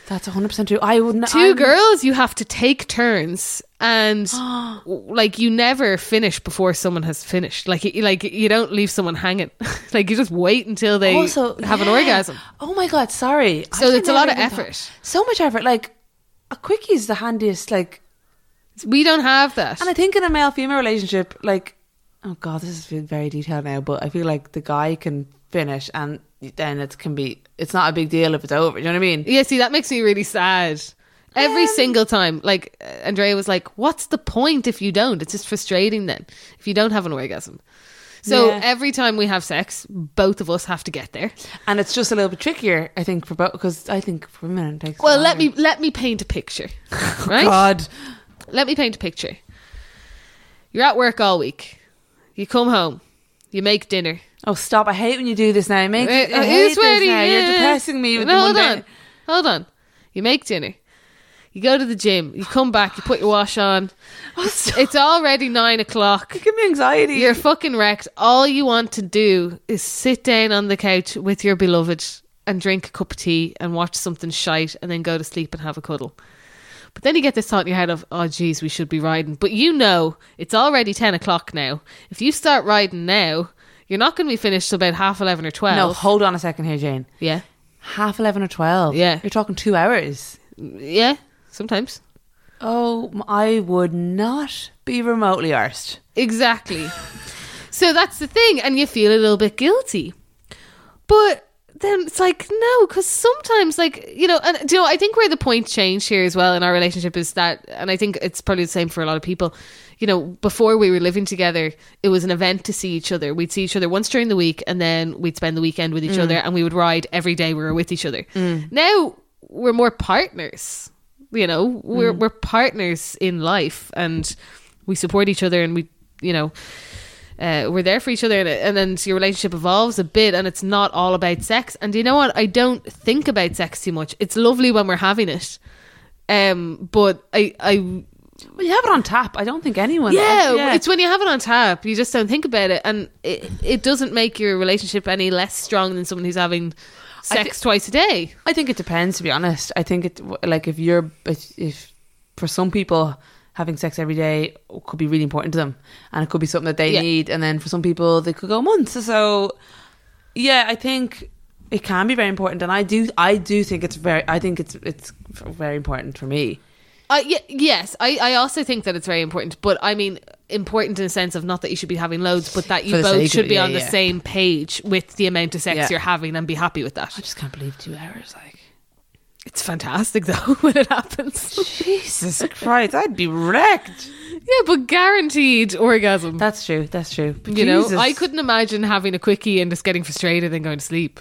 Speaker 2: that's 100 percent true. I wouldn't.
Speaker 1: 2
Speaker 2: I'm-
Speaker 1: girls, you have to take turns, and w- like you never finish before someone has finished. Like, you, like you don't leave someone hanging. like you just wait until they
Speaker 2: also
Speaker 1: have an
Speaker 2: yeah.
Speaker 1: orgasm.
Speaker 2: Oh my god, sorry. I
Speaker 1: So it's a
Speaker 2: never
Speaker 1: lot of
Speaker 2: even
Speaker 1: effort.
Speaker 2: thought- So much effort. Like a quickie is the handiest. Like,
Speaker 1: We don't have that.
Speaker 2: and I think in a male female relationship, like, oh god, this is very detailed now, but I feel like the guy can finish, and then it can be. It's not a big deal if it's over. Do you know what I mean?
Speaker 1: Yeah, see, that makes me really sad. Every single time, like uh, Andrea was like, "What's the point if you don't? It's just frustrating then if you don't have an orgasm." So
Speaker 2: Yeah.
Speaker 1: every time we have sex, both of us have to get there.
Speaker 2: and it's just a little bit trickier, I think, for both because I think for women it takes.
Speaker 1: Well, let me let me paint a picture. Right?
Speaker 2: God,
Speaker 1: Let me paint a picture. You're at work all week. You come home. You make dinner.
Speaker 2: oh stop! I hate when you do this now. It makes
Speaker 1: Wait,
Speaker 2: I
Speaker 1: it
Speaker 2: hate
Speaker 1: is
Speaker 2: this
Speaker 1: ready,
Speaker 2: now.
Speaker 1: yeah.
Speaker 2: You're depressing me. With
Speaker 1: No,
Speaker 2: the
Speaker 1: hold
Speaker 2: Monday-
Speaker 1: on, hold on. You make dinner. You go to the gym. You come back. You put your wash on. It's already nine o'clock.
Speaker 2: You give me anxiety.
Speaker 1: You're fucking wrecked. All you want to do is sit down on the couch with your beloved and drink a cup of tea and watch something shite and then go to sleep and have a cuddle. But then you get this thought in your head of, oh, geez, we should be riding. But you know, it's already 10 o'clock now. If you start riding now, you're not going to be finished till about half 11 or 12.
Speaker 2: no, hold on a second here, Jane.
Speaker 1: Yeah.
Speaker 2: Half eleven or twelve.
Speaker 1: Yeah.
Speaker 2: you're talking two hours.
Speaker 1: Yeah. Sometimes.
Speaker 2: Oh, m- I would not be remotely arsed.
Speaker 1: Exactly. so that's the thing, and you feel a little bit guilty. But then it's like, no, because sometimes, like, you know, and do you know, I think where the point changed here as well in our relationship is that, and I think it's probably the same for a lot of people, you know, before we were living together, it was an event to see each other. We'd see each other once during the week, and then we'd spend the weekend with each other, and we would ride every day we were with each other. Now we're more partners you know we're
Speaker 2: Mm.
Speaker 1: we're partners in life and we support each other and we you know uh, we're there for each other and, and then your relationship evolves a bit and it's not all about sex and you know what i don't think about sex too much it's lovely when we're having it um but i i
Speaker 2: Well, you have it on tap. I don't think anyone.
Speaker 1: yeah,
Speaker 2: yeah.
Speaker 1: it's when you have it on tap you just don't think about it and it, it doesn't make your relationship any less strong than someone who's having
Speaker 2: I thi-
Speaker 1: sex twice a day
Speaker 2: I think it depends. To be honest, I think it like if you're if, if for some people having sex every day could be really important to them, and it could be something that they
Speaker 1: Yeah.
Speaker 2: need, and then for some people they could go months. So yeah, I think it can be very important, and I do I do think it's very I think it's it's very important for me.
Speaker 1: Uh, y- yes, I, I also think that it's very important, but I mean important in the sense of not that you should be having loads, but that
Speaker 2: For
Speaker 1: you
Speaker 2: the sake
Speaker 1: both
Speaker 2: of
Speaker 1: should
Speaker 2: it,
Speaker 1: be
Speaker 2: yeah,
Speaker 1: on the
Speaker 2: yeah.
Speaker 1: same page with the amount of sex
Speaker 2: Yeah.
Speaker 1: you're having and be happy with that.
Speaker 2: I just can't believe two hours like.
Speaker 1: It's fantastic though when it happens.
Speaker 2: Jesus Christ, I'd be wrecked.
Speaker 1: yeah, but guaranteed orgasm.
Speaker 2: That's true. That's true. But
Speaker 1: you know,
Speaker 2: Jesus.
Speaker 1: I couldn't imagine having a quickie and just getting frustrated and going to sleep.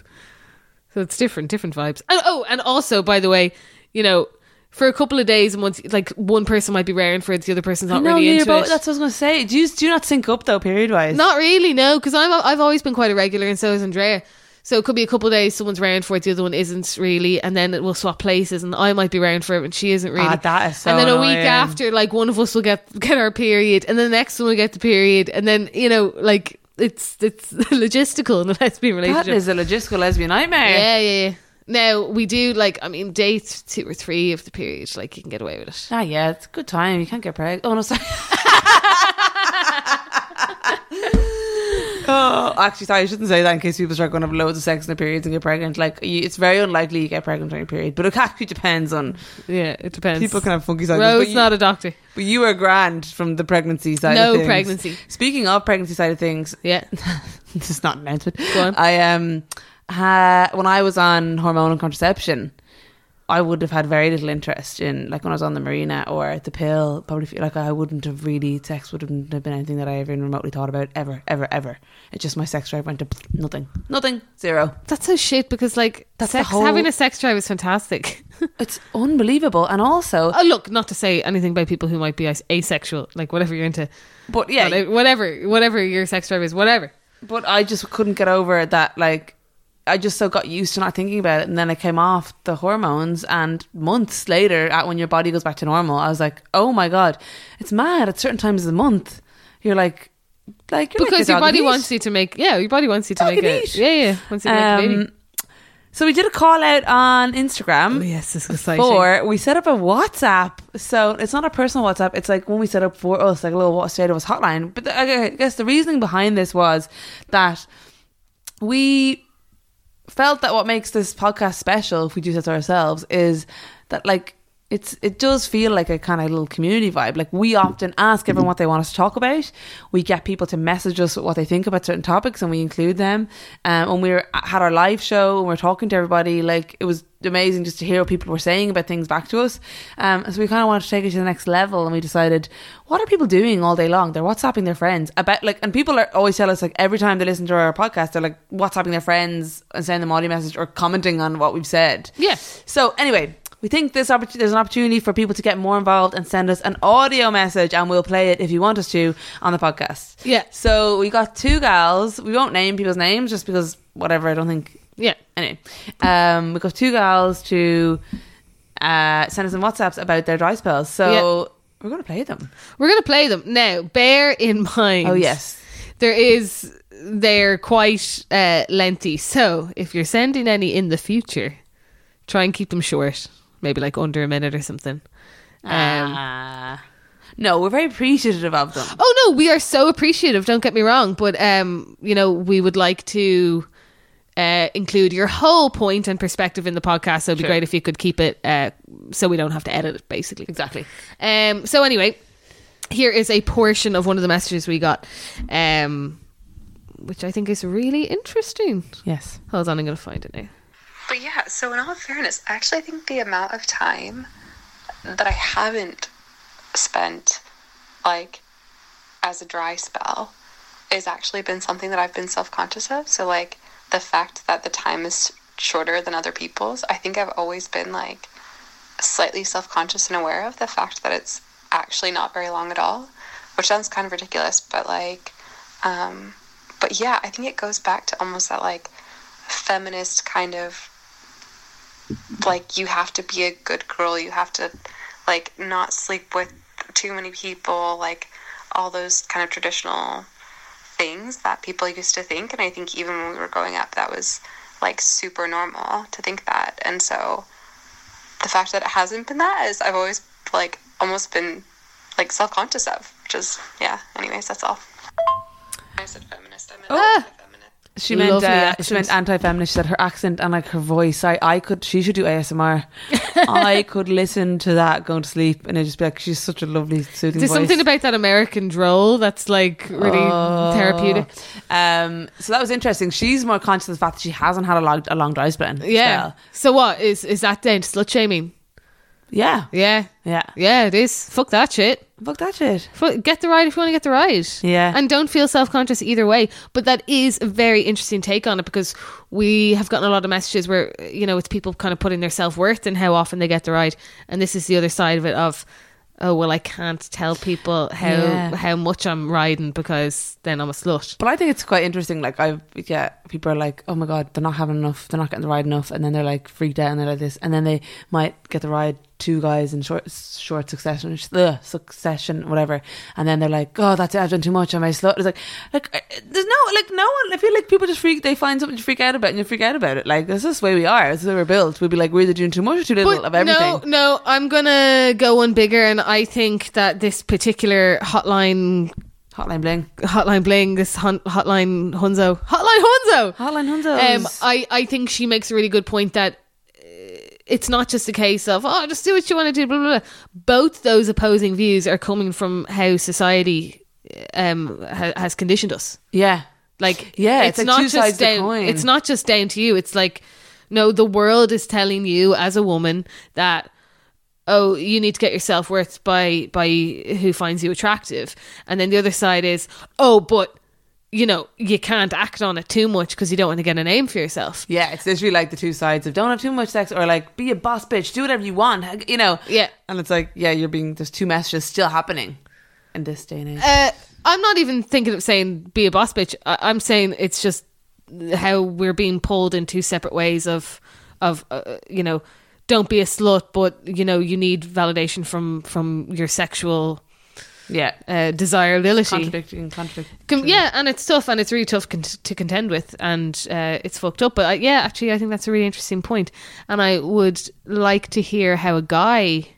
Speaker 1: So it's different, different vibes. And, oh, and also, by the way, you know, for a couple of days and once, like one person might be raring for it, the other person's not
Speaker 2: No,
Speaker 1: really
Speaker 2: you're
Speaker 1: into
Speaker 2: both,
Speaker 1: it.
Speaker 2: that's what I was going to say. Do you do you not sync up though, period wise?
Speaker 1: Not really, no, because I'm I've always been quite a regular, and so is Andrea. So it could be a couple of days someone's round for it, the other one isn't really, and then it will swap places, and I might be round for it, and she isn't really.
Speaker 2: Ah, that is so
Speaker 1: and then a week
Speaker 2: annoying.
Speaker 1: after, like one of us will get get our period, and then the next one will get the period, and then you know, like it's it's logistical in a lesbian relationship.
Speaker 2: That is a logistical lesbian nightmare.
Speaker 1: yeah, yeah, yeah. Now we do like I mean, day th- two or three of the period, like you can get away with it.
Speaker 2: Ah, yeah, it's a good time. You can't get pregnant. Oh, no, sorry. oh, actually, sorry, I shouldn't say that in case people start going to have loads of sex in their periods and get pregnant. Like, you, it's very unlikely you get pregnant during your period, but it actually depends on
Speaker 1: Yeah, it depends.
Speaker 2: people can have funky cycles.
Speaker 1: Rose
Speaker 2: but you,
Speaker 1: not a doctor.
Speaker 2: but you are grand from the pregnancy side.
Speaker 1: No
Speaker 2: of things.
Speaker 1: pregnancy.
Speaker 2: Speaking of pregnancy side of things,
Speaker 1: Yeah,
Speaker 2: this is not an announcement.
Speaker 1: Go on.
Speaker 2: I um ha- when I was on hormonal contraception, I would have had very little interest in like when I was on the marina or the pill. Probably feel like I wouldn't have really sex wouldn't have been anything that I even remotely thought about ever, ever, ever. It's just my sex drive went to nothing, nothing, zero.
Speaker 1: that's so shit because like
Speaker 2: That's the
Speaker 1: sex,
Speaker 2: whole-
Speaker 1: having a sex drive is fantastic.
Speaker 2: It's unbelievable. And also,
Speaker 1: Oh, look, not to say anything about people who might be as- asexual, like whatever you're into.
Speaker 2: but yeah,
Speaker 1: But, uh, whatever, whatever your sex drive is, whatever.
Speaker 2: But I just couldn't get over that. Like, I just so got used to not thinking about it, and then I came off the hormones, and months later, at when your body goes back to normal, I was like, oh my god, it's mad. At certain times of the month, you're like, like you're like
Speaker 1: Because
Speaker 2: the
Speaker 1: your
Speaker 2: dog at
Speaker 1: body
Speaker 2: eat.
Speaker 1: wants you to make, yeah, your body wants you to
Speaker 2: Dog
Speaker 1: make
Speaker 2: and
Speaker 1: it.
Speaker 2: eat.
Speaker 1: Yeah, yeah, wants you to make a baby.
Speaker 2: Um, so we did a call out on Instagram.
Speaker 1: Oh, yes, this is exciting.
Speaker 2: Or we set up a WhatsApp. So it's not a personal WhatsApp. It's like when we set up for us, like a little straight of us hotline. But the, I guess the reasoning behind this was that we felt that what makes this podcast special, if we do that to ourselves, is that like it's it does feel like a kind of little community vibe. Like we often ask everyone what they want us to talk about. We get people to message us what they think about certain topics, and we include them. Um, when we were, had our live show and we are talking to everybody, like it was amazing just to hear what people were saying about things back to us. Um, so we kind of wanted to take it to the next level, and we decided, what are people doing all day long? They're WhatsApping their friends about like, and people are always tell us like every time they listen to our podcast, they're like WhatsApping their friends and sending them audio message or commenting on what we've said.
Speaker 1: Yeah.
Speaker 2: So anyway, we think this oppor- there's an opportunity for people to get more involved and send us an audio message, and we'll play it if you want us to on the podcast.
Speaker 1: Yeah.
Speaker 2: So we got two gals. We won't name people's names just because whatever. I don't think
Speaker 1: Yeah.
Speaker 2: anyway. Um, we got two gals to uh, send us in WhatsApps about their dry spells. So we're gonna play them.
Speaker 1: We're going to play them. Now, bear in mind.
Speaker 2: Oh yes.
Speaker 1: There is, they're quite uh, lengthy. So if you're sending any in the future, try and keep them short, maybe like under a minute or something. Um,
Speaker 2: Ah. no, we're very appreciative of them.
Speaker 1: Oh no, we are so appreciative. Don't get me wrong, but um, you know, we would like to uh, include your whole point and perspective in the podcast. So it'd be
Speaker 2: Sure.
Speaker 1: great if you could keep it uh, so we don't have to edit it, basically.
Speaker 2: Exactly.
Speaker 1: Um. So anyway, here is a portion of one of the messages we got, um, which I think is really interesting.
Speaker 2: Yes.
Speaker 1: Hold on, I'm going to find it now.
Speaker 4: But yeah, so in all fairness, actually, I think the amount of time that I haven't spent, like, as a dry spell, has actually been something that I've been self conscious of. So, like, the fact that the time is shorter than other people's, I think I've always been, like, slightly self conscious and aware of the fact that it's actually not very long at all, which sounds kind of ridiculous, but like, um, but yeah, I think it goes back to almost that, like, feminist kind of like you have to be a good girl you have to like not sleep with too many people like all those kind of traditional things that people used to think and i think even when we were growing up that was like super normal to think that and so the fact that it hasn't been that is i've always like almost been like self-conscious of which is yeah anyways that's all i said feminist i meant feminist
Speaker 2: She meant
Speaker 1: Lovely
Speaker 2: uh,
Speaker 1: accent.
Speaker 2: she meant anti-feminist. She said her accent and like her voice. I, I could she should do ASMR. I could listen to that going to sleep and it just be like she's such a lovely soothing
Speaker 1: There's
Speaker 2: voice. Oh,
Speaker 1: something about that American droll that's like really therapeutic.
Speaker 2: Um, so that was interesting. She's more conscious of the fact that she hasn't had a long a long dry spell.
Speaker 1: Yeah.
Speaker 2: spell.
Speaker 1: So what is is that then slut shaming?
Speaker 2: yeah,
Speaker 1: Yeah.
Speaker 2: yeah.
Speaker 1: Yeah, it is. Fuck that shit.
Speaker 2: Fuck that shit.
Speaker 1: Fu- Get the ride if you want to get the ride.
Speaker 2: Yeah.
Speaker 1: And don't feel self conscious either way. But that is a very interesting take on it because we have gotten a lot of messages where, you know, it's people kind of putting their self worth and how often they get the ride. And this is the other side of it of, oh, well, I can't tell people how,
Speaker 2: Yeah.
Speaker 1: how much I'm riding because then I'm a slut.
Speaker 2: But I think it's quite interesting. Like I yeah, people are like, oh my god, they're not having enough, they're not getting the ride enough, and then they're like freaked out and they're like this, and then they might get the ride two guys in short short succession, the succession, whatever, and then they're like, oh, that's it, I've done too much, am I slow? It's like like uh, there's no like no one. I feel like people just freak. They find something to freak out about and you freak out about it. Like this is the way we are. This is the way we're built. We'd be like we're either doing too much or too little of everything.
Speaker 1: no, no, I'm gonna go one bigger, and I think that this particular hotline,
Speaker 2: Hotline bling.
Speaker 1: hotline bling, this hun- hotline Hunzo, hotline Hunzo,
Speaker 2: Hotline
Speaker 1: Um,
Speaker 2: hundos.
Speaker 1: I, I think she makes a really good point that uh, it's not just a case of, oh, just do what you want to do, blah, blah, blah. Both those opposing views are coming from how society um, ha- has conditioned us.
Speaker 2: yeah.
Speaker 1: Like,
Speaker 2: Yeah, it's like
Speaker 1: not
Speaker 2: two
Speaker 1: just
Speaker 2: sides to the
Speaker 1: down,
Speaker 2: coin.
Speaker 1: It's not just down to you. It's like, no, the world is telling you as a woman that oh, you need to get your self worth by by who finds you attractive, and then the other side is oh, but you know you can't act on it too much because you don't want to get a name for yourself.
Speaker 2: Yeah, it's literally like the two sides of don't have too much sex or like be a boss bitch, do whatever you want, you know.
Speaker 1: Yeah.
Speaker 2: And it's like, yeah, you're being, there's two messages still happening in this day and age.
Speaker 1: Uh, I'm not even thinking of saying be a boss bitch. I- I'm saying it's just how we're being pulled in two separate ways of of uh, you know don't be a slut, but you know you need validation from from your sexual
Speaker 2: yeah.
Speaker 1: uh, desirability.
Speaker 2: Contradicting, contradicting.
Speaker 1: Com- yeah, and it's tough, and it's really tough con- to contend with, and uh, it's fucked up. But uh, yeah, actually, I think that's a really interesting point, and I would like to hear how a guy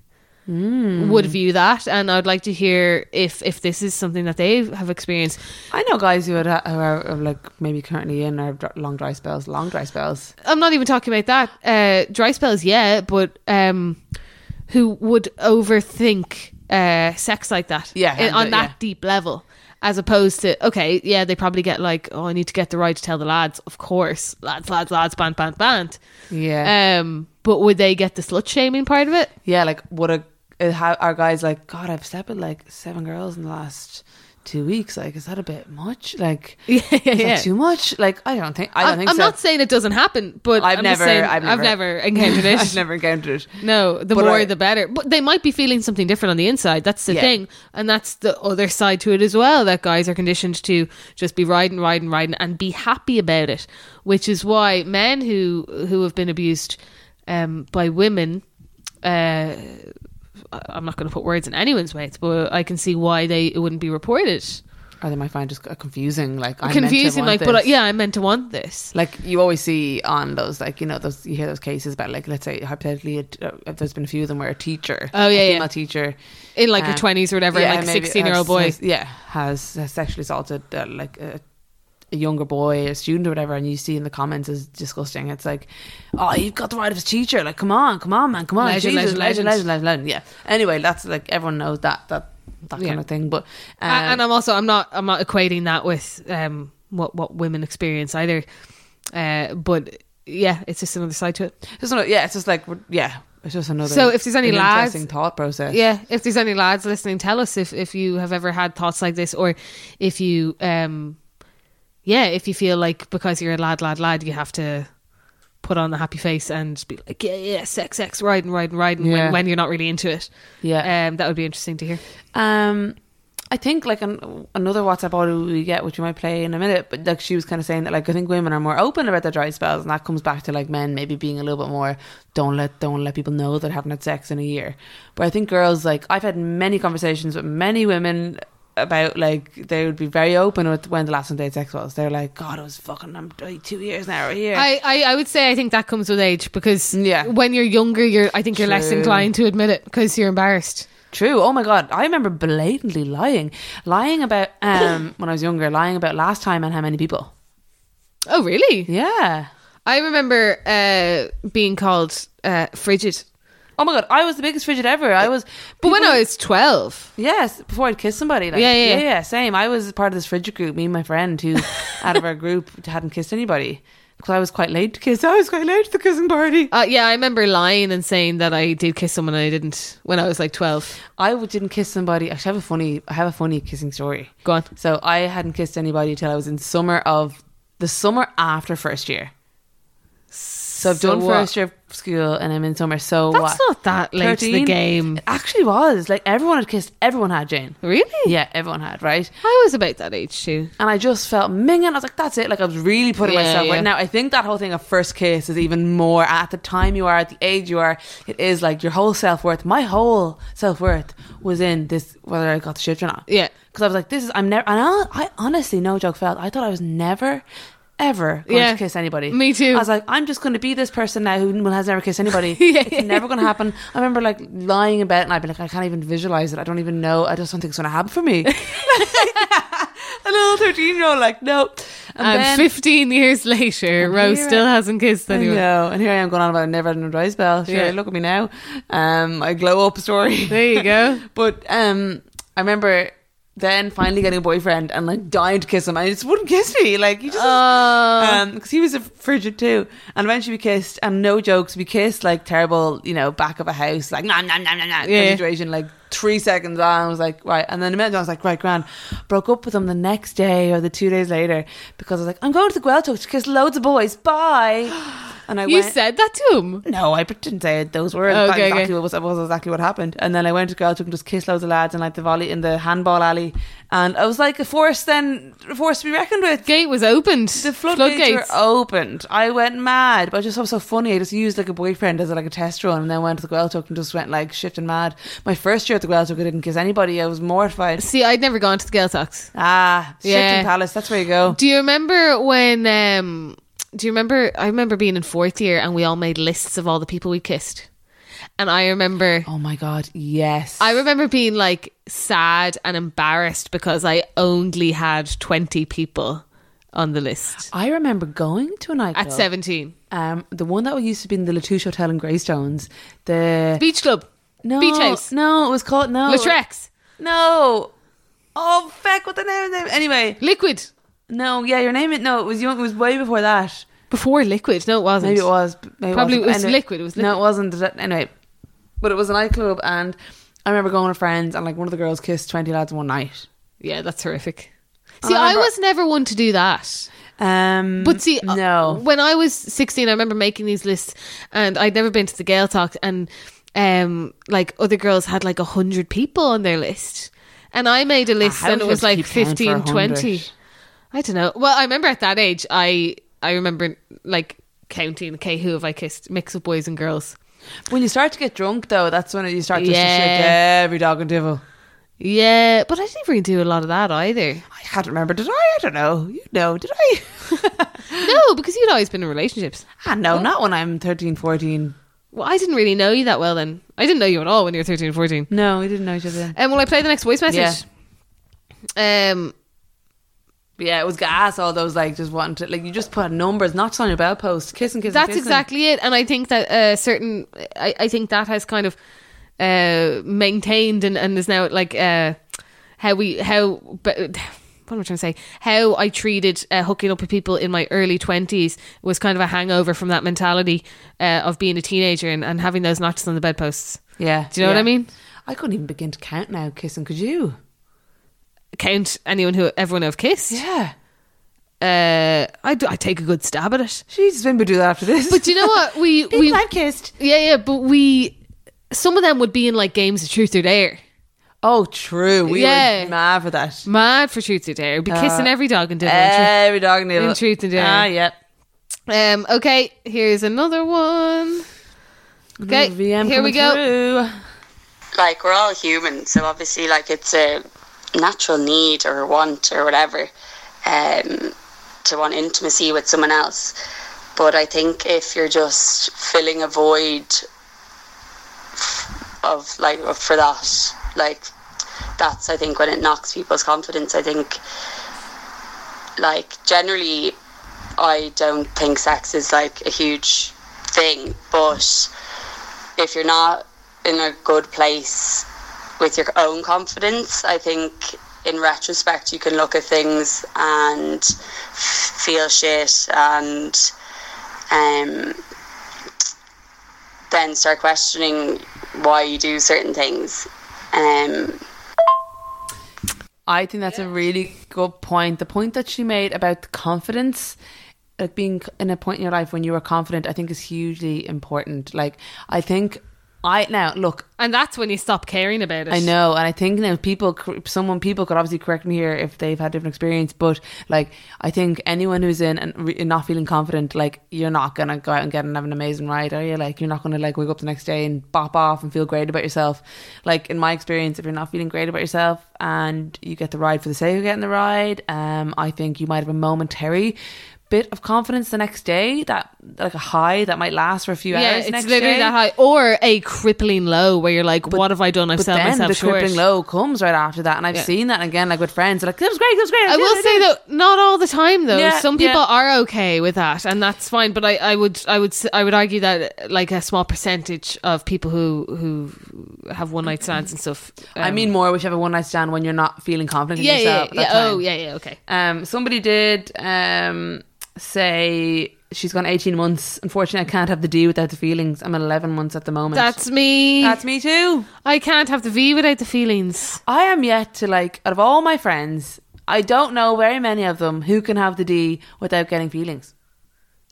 Speaker 1: would view that, and I'd like to hear if if this is something that they have experienced.
Speaker 2: I know guys who, had, who are uh, like maybe currently in or dr- long dry spells, long dry spells.
Speaker 1: I'm not even talking about that. Uh, dry spells, yeah, but um, who would overthink uh, sex like that.
Speaker 2: Yeah,
Speaker 1: in- on
Speaker 2: and, uh,
Speaker 1: that
Speaker 2: yeah.
Speaker 1: deep level. As opposed to, okay, yeah, they probably get like, oh, I need to get the right to tell the lads. Of course. Lads, lads, lads, band, band, band.
Speaker 2: Yeah.
Speaker 1: Um, but would they get the slut shaming part of it?
Speaker 2: yeah, like what a uh, how our guys like God, I've slept with like seven girls in the last two weeks. Like, is that a bit much? Like,
Speaker 1: Yeah, yeah,
Speaker 2: is
Speaker 1: yeah.
Speaker 2: that too much? Like, I don't think I don't
Speaker 1: I'm,
Speaker 2: think
Speaker 1: I'm
Speaker 2: so.
Speaker 1: not saying it doesn't happen, but
Speaker 2: I've
Speaker 1: I'm just
Speaker 2: never-
Speaker 1: saying
Speaker 2: I've
Speaker 1: I've never
Speaker 2: never-
Speaker 1: encountered it.
Speaker 2: I've never encountered it.
Speaker 1: No, the
Speaker 2: But
Speaker 1: more
Speaker 2: I-
Speaker 1: the better. But they might be feeling something different on the inside. That's the
Speaker 2: Yeah.
Speaker 1: thing. And that's the other side to it as well that guys are conditioned to just be riding, riding, riding and be happy about it, which is why men who who have been abused um, by women uh, I- I'm not going to put words in anyone's mouth, but I can see why they it wouldn't be reported.
Speaker 2: Or they might find just uh, confusing. Like, I'm
Speaker 1: Confusing, like,
Speaker 2: meant to want
Speaker 1: but I,
Speaker 2: this.
Speaker 1: yeah, I meant to want this.
Speaker 2: Like you always see on those, like you know, those you hear those cases about, like let's say hypothetically, a t- uh, if there's been a few of them where a teacher,
Speaker 1: Oh,
Speaker 2: a
Speaker 1: yeah, yeah.
Speaker 2: female teacher,
Speaker 1: In, like, your
Speaker 2: um,
Speaker 1: 20s or whatever, like, a
Speaker 2: maybe
Speaker 1: 16-year-old
Speaker 2: has-
Speaker 1: boy.
Speaker 2: has- yeah, has, has sexually assaulted uh, like a, a younger boy, a student or whatever, and you see in the comments is disgusting. It's like, oh, you've got the right of his teacher. Like, come on, come on, man, come on,
Speaker 1: Legend,
Speaker 2: Jesus,
Speaker 1: legend,
Speaker 2: legend,
Speaker 1: legend.
Speaker 2: legend, legend, legend. Yeah. Anyway, that's like everyone knows that that that
Speaker 1: Yeah.
Speaker 2: kind of thing, but um,
Speaker 1: A- and I'm also I'm not I'm not equating that with um what what women experience either, uh, but yeah, it's just another side to it.
Speaker 2: just another, yeah, it's just like we're- yeah, it's just another.
Speaker 1: So if there's any
Speaker 2: an
Speaker 1: lads-
Speaker 2: interesting thought process,
Speaker 1: Yeah, if there's any lads listening, tell us if if you have ever had thoughts like this, or if you um, yeah, if you feel like because you're a lad, lad, lad, you have to put on the happy face and be like, yeah, yeah, sex, sex, riding, riding, riding,
Speaker 2: Yeah.
Speaker 1: when, when you're not really into it.
Speaker 2: Yeah.
Speaker 1: um, that would be interesting to hear.
Speaker 2: Um, I think like an, another WhatsApp audio we get, which we might play in a minute, but like she was kind of saying that like I think women are more open about their dry spells, and that comes back to like men maybe being a little bit more don't let don't let people know that I haven't had sex in a year. But I think girls like I've had many conversations with many women about like they would be very open with when the last time they had sex was. They're like, God, it was fucking I'm two years now or a year.
Speaker 1: I, I, I would say I think that comes with age because
Speaker 2: Yeah.
Speaker 1: when you're younger, you're I think you're less
Speaker 2: True.
Speaker 1: inclined to admit it because you're embarrassed.
Speaker 2: True. Oh my god, I remember blatantly lying, lying about um when I was younger, lying about last time and how many people.
Speaker 1: Oh, really?
Speaker 2: Yeah.
Speaker 1: I remember uh, being called uh, frigid,
Speaker 2: Oh my god, I was the biggest frigid ever. I was,
Speaker 1: but when I was twelve,
Speaker 2: yes, before I'd kiss somebody, like
Speaker 1: Yeah, yeah, yeah.
Speaker 2: yeah, same. I was part of this frigid group. Me and my friend, who out of our group hadn't kissed anybody, because I was quite late to kiss. I was quite late to the kissing party.
Speaker 1: uh, yeah, I remember lying and saying that I did kiss someone I didn't when I was like twelve.
Speaker 2: I w- didn't kiss somebody. Actually, I have a funny, I have a funny kissing story.
Speaker 1: Go on.
Speaker 2: So I hadn't kissed anybody till I was in summer of the summer after first year. So I've
Speaker 1: So
Speaker 2: done
Speaker 1: what?
Speaker 2: first year of school and I'm in summer. So
Speaker 1: That's
Speaker 2: what?
Speaker 1: not that late to the game.
Speaker 2: It actually was like everyone had kissed. Everyone had Jane.
Speaker 1: Really?
Speaker 2: Yeah, everyone had, right?
Speaker 1: I was about that age too.
Speaker 2: And I just felt minging. I was like, that's it. Like, I was really putting
Speaker 1: Yeah,
Speaker 2: myself
Speaker 1: yeah.
Speaker 2: right now. I think that whole thing of first kiss is even more at the time you are, at the age you are. It is like your whole self worth. My whole self worth was in this, whether I got the shift or not.
Speaker 1: Yeah.
Speaker 2: Because I was like, this is, I'm never, and I, I honestly, no joke, felt, I thought I was never. Ever going
Speaker 1: Yeah.
Speaker 2: to kiss anybody?
Speaker 1: Me too.
Speaker 2: I was like, I'm just going to be this person now who has never kissed anybody. It's never going to happen. I remember like lying about it, and I'd be like, I can't even visualize it. I don't even know. I just don't think it's going to happen for me a little 13 year old like no and,
Speaker 1: And,
Speaker 2: then,
Speaker 1: 15 years later, Rose
Speaker 2: here I-
Speaker 1: still hasn't kissed
Speaker 2: I
Speaker 1: anyone.
Speaker 2: know, and here I am going on about I never had an advice bell. Sure,
Speaker 1: Yeah.
Speaker 2: look at me now. Um, I glow up story.
Speaker 1: There you go.
Speaker 2: but um, I remember then finally getting a boyfriend and like dying to kiss him, and he just wouldn't kiss me. Like he just
Speaker 1: Oh.
Speaker 2: um because he was a frigid too and eventually we kissed and no jokes we kissed like terrible you know back of a house like nom nom nom nom nom
Speaker 1: Yeah.
Speaker 2: yeah. situation like three seconds on I was like right and then a minute I was like right grand broke up with him the next day or the two days later because I was like I'm going to the Guelto to kiss loads of boys bye and I
Speaker 1: you
Speaker 2: went
Speaker 1: said that to him.
Speaker 2: no, I didn't say it. Those words.
Speaker 1: Okay,
Speaker 2: that
Speaker 1: okay.
Speaker 2: exactly what was, that was exactly what happened. And then I went to girl took and just kissed loads of lads and like the volley in the handball alley. And I was like a force then a force to be reckoned with
Speaker 1: Gate was opened.
Speaker 2: the floodgates, were opened. I went mad, but I just thought it was so funny. I just used like a boyfriend as like a test run, and then went to the Gaeltacht and just went like shifting mad. My first year at the Gaeltacht, I didn't kiss anybody. I was mortified.
Speaker 1: See, I'd never gone to the Gaeltachts.
Speaker 2: Ah,
Speaker 1: Yeah.
Speaker 2: shifting palace. That's where you go.
Speaker 1: Do you remember when? Um, do you remember? I remember being in fourth year and we all made lists of all the people we kissed, and I remember.
Speaker 2: Oh my god, yes.
Speaker 1: I remember being like sad and embarrassed because I only had 20 people on the list
Speaker 2: I remember going to a nightclub
Speaker 1: at 17.
Speaker 2: Um, the one that used to be in the Latouche Hotel in Greystones. The
Speaker 1: Beach Club.
Speaker 2: No,
Speaker 1: Beach House.
Speaker 2: No, it was called no.
Speaker 1: Latrex.
Speaker 2: No. Oh feck! What the name? name? Anyway,
Speaker 1: Liquid.
Speaker 2: no. Yeah, your name. It. No, it was. young- It was way before that.
Speaker 1: Before liquid. No, it wasn't.
Speaker 2: Maybe it was. b- Maybe
Speaker 1: Probably
Speaker 2: wasn't.
Speaker 1: it was liquid, it was
Speaker 2: No, it wasn't. That- Anyway, but it was a nightclub, and I remember going with friends, and like one of the girls kissed twenty lads in one night.
Speaker 1: Yeah, that's horrific. See,
Speaker 2: I
Speaker 1: I,
Speaker 2: remember-
Speaker 1: was never one to do that.
Speaker 2: Um,
Speaker 1: But see, uh,
Speaker 2: no,
Speaker 1: when I was 16, I remember making these lists and I'd never been to the Gale Talk and um, like other girls had like 100 people on their list. And I made a list
Speaker 2: How
Speaker 1: and it
Speaker 2: do
Speaker 1: was
Speaker 2: you have
Speaker 1: like
Speaker 2: to keep count
Speaker 1: 15,
Speaker 2: for
Speaker 1: 20.
Speaker 2: 100?
Speaker 1: I don't know. Well, I remember at that age, I I remember like counting, okay, who have I kissed? Mix of boys and girls.
Speaker 2: when you start to get drunk, though, that's when you start just to shake
Speaker 1: Yeah.
Speaker 2: every dog and devil.
Speaker 1: Yeah, but I didn't really do a lot of that either.
Speaker 2: I can't remember. Did I? I don't know. You know? Did I?
Speaker 1: No, because you'd always been in relationships.
Speaker 2: ah, no, not when I'm 13, 14.
Speaker 1: Well, I didn't really know you that well then. I didn't know you at all when you were 13 and 14.
Speaker 2: No, we didn't know each other. Then.
Speaker 1: Um, will I play the next voice message? Um,
Speaker 2: But yeah, it was gas. All those like just wanting to like you just put numbers, knocks on your bell post, kissing, kissing.
Speaker 1: that's
Speaker 2: kissing.
Speaker 1: exactly it. And I think that uh, certain, I, I think that has kind of uh, maintained and, and is now like uh, how we, how, but, what am I trying to say? How I treated uh, hooking up with people in my early 20s was kind of a hangover from that mentality uh, of being a teenager and, and having those notches on the bedposts.
Speaker 2: Yeah.
Speaker 1: Do you know what
Speaker 2: yeah.
Speaker 1: I mean?
Speaker 2: I couldn't even begin to count now kissing. Could you?
Speaker 1: Count anyone who, everyone who I've kissed.
Speaker 2: Yeah.
Speaker 1: uh, I, do, I take a good stab at it.
Speaker 2: She's been do that after this.
Speaker 1: But do you know what we
Speaker 2: People
Speaker 1: we
Speaker 2: I've kissed.
Speaker 1: yeah yeah. But we some of them would be in like games of truth or dare.
Speaker 2: Oh, true. We
Speaker 1: Yeah.
Speaker 2: were mad for that.
Speaker 1: Mad for truth or dare.
Speaker 2: Uh,
Speaker 1: Be kissing every dog and devil. in
Speaker 2: Every dog and devil.
Speaker 1: In truth and dare.
Speaker 2: Ah, yeah.
Speaker 1: truth.
Speaker 2: eh.
Speaker 1: Um. Okay. Here's another one. Okay.
Speaker 2: Another VM
Speaker 1: Here we
Speaker 2: coming
Speaker 1: go.
Speaker 2: through.
Speaker 5: like we're all human, so obviously like it's a natural need or want or whatever um, to want intimacy with someone else. But I think if you're just filling a void of like of- for that, like that's I think when it knocks people's confidence. I think like generally, I don't think sex is like a huge thing, but if you're not in a good place with your own confidence, I think in retrospect you can look at things and f- feel shit and um, then start questioning why you do certain things. Um,
Speaker 2: I think that's a really good point. The point that she made about the confidence, like being in a point in your life when you are confident, I think is hugely important. Like, I think I now look,
Speaker 1: And that's when you stop caring about it.
Speaker 2: I know, and I think now people, cor- someone, people could obviously correct me here if they've had different experience, but like, I think anyone who's in and re- not feeling confident, like, you're not gonna go out and get and have an amazing ride, are you? Like, you're not gonna like wake up the next day and bop off and feel great about yourself. Like, in my experience, if you're not feeling great about yourself and you get the ride for the sake of getting the ride, um, I think you might have a momentary bit of confidence the next day that like a high that might last for a few
Speaker 1: Yeah,
Speaker 2: hours
Speaker 1: it's
Speaker 2: next
Speaker 1: literally
Speaker 2: day.
Speaker 1: that high, or a crippling low where you're like, "What have I done? I've
Speaker 2: But
Speaker 1: sold
Speaker 2: then
Speaker 1: myself
Speaker 2: the
Speaker 1: short."
Speaker 2: crippling low comes right after that, and I've
Speaker 1: Yeah.
Speaker 2: seen that again, like with friends. They're like that was great, that was great.
Speaker 1: I will say though, not all the time though.
Speaker 2: Yeah,
Speaker 1: Some people
Speaker 2: yeah.
Speaker 1: are okay with that, and that's fine. But I, I would, I would, s- I would argue that uh, like a small percentage of people who who have one night stands and stuff.
Speaker 2: I
Speaker 1: um,
Speaker 2: mean more whichever one night stand when you're not feeling confident in
Speaker 1: yeah, yeah,
Speaker 2: yourself.
Speaker 1: yeah.
Speaker 2: at that
Speaker 1: Oh,
Speaker 2: time.
Speaker 1: yeah, yeah. Okay.
Speaker 2: Um, somebody did um say she's gone 18 months. Unfortunately, I can't have the D without the feelings. I'm at 11 months at the moment.
Speaker 1: That's me.
Speaker 2: that's me too.
Speaker 1: I can't have the V without the feelings.
Speaker 2: I am yet to like out of all my friends, I don't know very many of them who can have the D without getting feelings.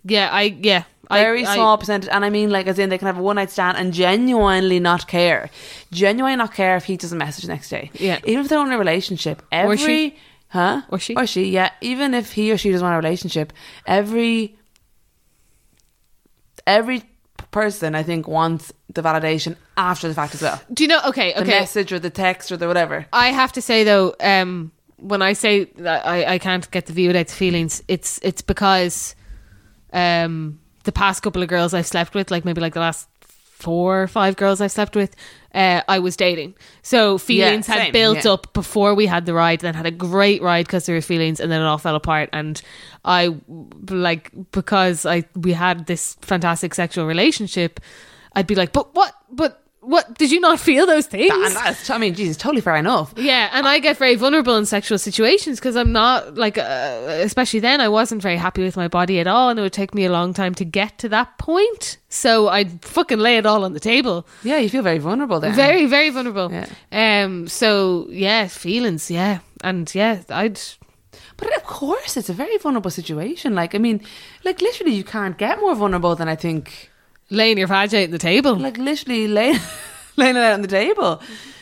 Speaker 1: Yeah, I. Yeah, I-
Speaker 2: Very
Speaker 1: I-
Speaker 2: small percentage, and I mean like as in they can have a one night stand and genuinely not care, genuinely not care if he doesn't message the next day.
Speaker 1: Yeah.
Speaker 2: even if they're in a relationship,
Speaker 1: Or
Speaker 2: every
Speaker 1: she.
Speaker 2: huh
Speaker 1: Or she.
Speaker 2: or she yeah, even if he or she doesn't want a relationship, every every person I think wants the validation after the fact as well,
Speaker 1: Do you know? Okay,
Speaker 2: the
Speaker 1: okay.
Speaker 2: message or the text or the whatever.
Speaker 1: I have to say though, um, when I say that I, I can't get the view without the feelings, it's it's because um, the past couple of girls I've slept with, like maybe like the last four or five girls I've slept with, uh, I was dating. So feelings
Speaker 2: Yeah,
Speaker 1: had
Speaker 2: same,
Speaker 1: built
Speaker 2: yeah.
Speaker 1: up before we had the ride, then had a great ride because there were feelings, and then it all fell apart. And I like because I we had this fantastic sexual relationship. I'd be like, but what? But What did you not feel those things?
Speaker 2: And that's, I mean, Jesus, totally fair enough.
Speaker 1: Yeah, and I get very vulnerable in sexual situations because I'm not like, uh, especially then, I wasn't very happy with my body at all, and it would take me a long time to get to that point. So I'd fucking lay it all on the table.
Speaker 2: Yeah, you feel very vulnerable there.
Speaker 1: Very, very vulnerable.
Speaker 2: Ah. Yeah.
Speaker 1: Um. So yeah, feelings. Yeah, and yeah, I'd.
Speaker 2: But of course, it's a very vulnerable situation. Like, I mean, like literally, you can't get more vulnerable than I think.
Speaker 1: Laying your vagina on the table.
Speaker 2: Like literally, laying laying it out on the table.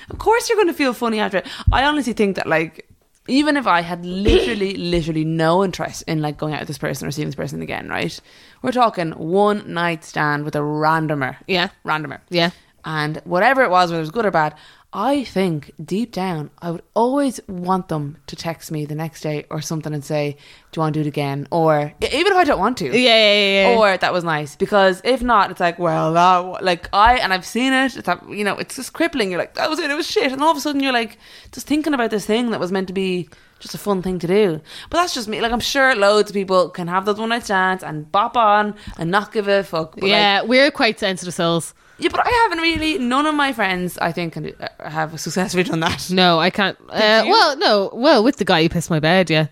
Speaker 2: Of course, you're going to feel funny after it. I honestly think that like. Even if I had literally, literally no interest in like going out with this person or seeing this person again, right? We're talking one night stand with a randomer.
Speaker 1: Yeah.
Speaker 2: Randomer.
Speaker 1: Yeah.
Speaker 2: And whatever it was, whether it was good or bad, I think deep down, I would always want them to text me the next day or something and say, Do you want to do it again? Or e- even if I don't want to.
Speaker 1: Yeah, yeah, yeah, yeah.
Speaker 2: Or that was nice. Because if not, it's like, Well, that, wa-" like I, and I've seen it, it's, hap- you know, it's just crippling. You're like, That was it, it was shit. And all of a sudden you're like, just thinking about this thing that was meant to be just a fun thing to do. But that's just me. Like, I'm sure loads of people can have those one night stands and bop on and not give a fuck. But, like,
Speaker 1: yeah, we're quite sensitive souls.
Speaker 2: yeah, but I haven't really. None of my friends, I think, can do, uh, have successfully done that.
Speaker 1: No, I can't. Uh,
Speaker 2: you?
Speaker 1: well, no. Well, with the guy who pissed my bed. Yeah.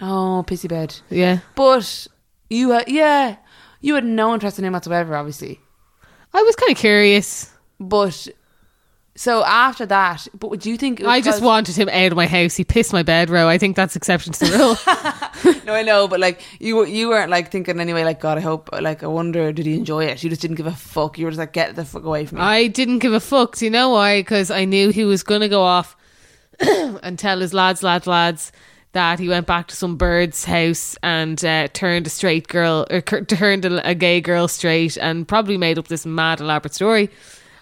Speaker 2: Oh, pissy bed.
Speaker 1: Yeah.
Speaker 2: But you, had, yeah, you had no interest in him whatsoever, obviously.
Speaker 1: I was kind of curious.
Speaker 2: But so after that, but do you think? it was
Speaker 1: I just
Speaker 2: because-
Speaker 1: wanted him out of my house. He pissed my bed row. I think that's exception to the rule.
Speaker 2: no, I know, but like you, were- you weren't like thinking anyway. Like God, I hope. Like I wonder, did he enjoy it? You just didn't give a fuck. You were just like, get the fuck away from me.
Speaker 1: I didn't give a fuck. Do you know why? Because I knew he was going to go off and tell his lads, lads, lads that he went back to some bird's house and uh, turned a straight girl or cur- turned a, a gay girl straight and probably made up this mad elaborate story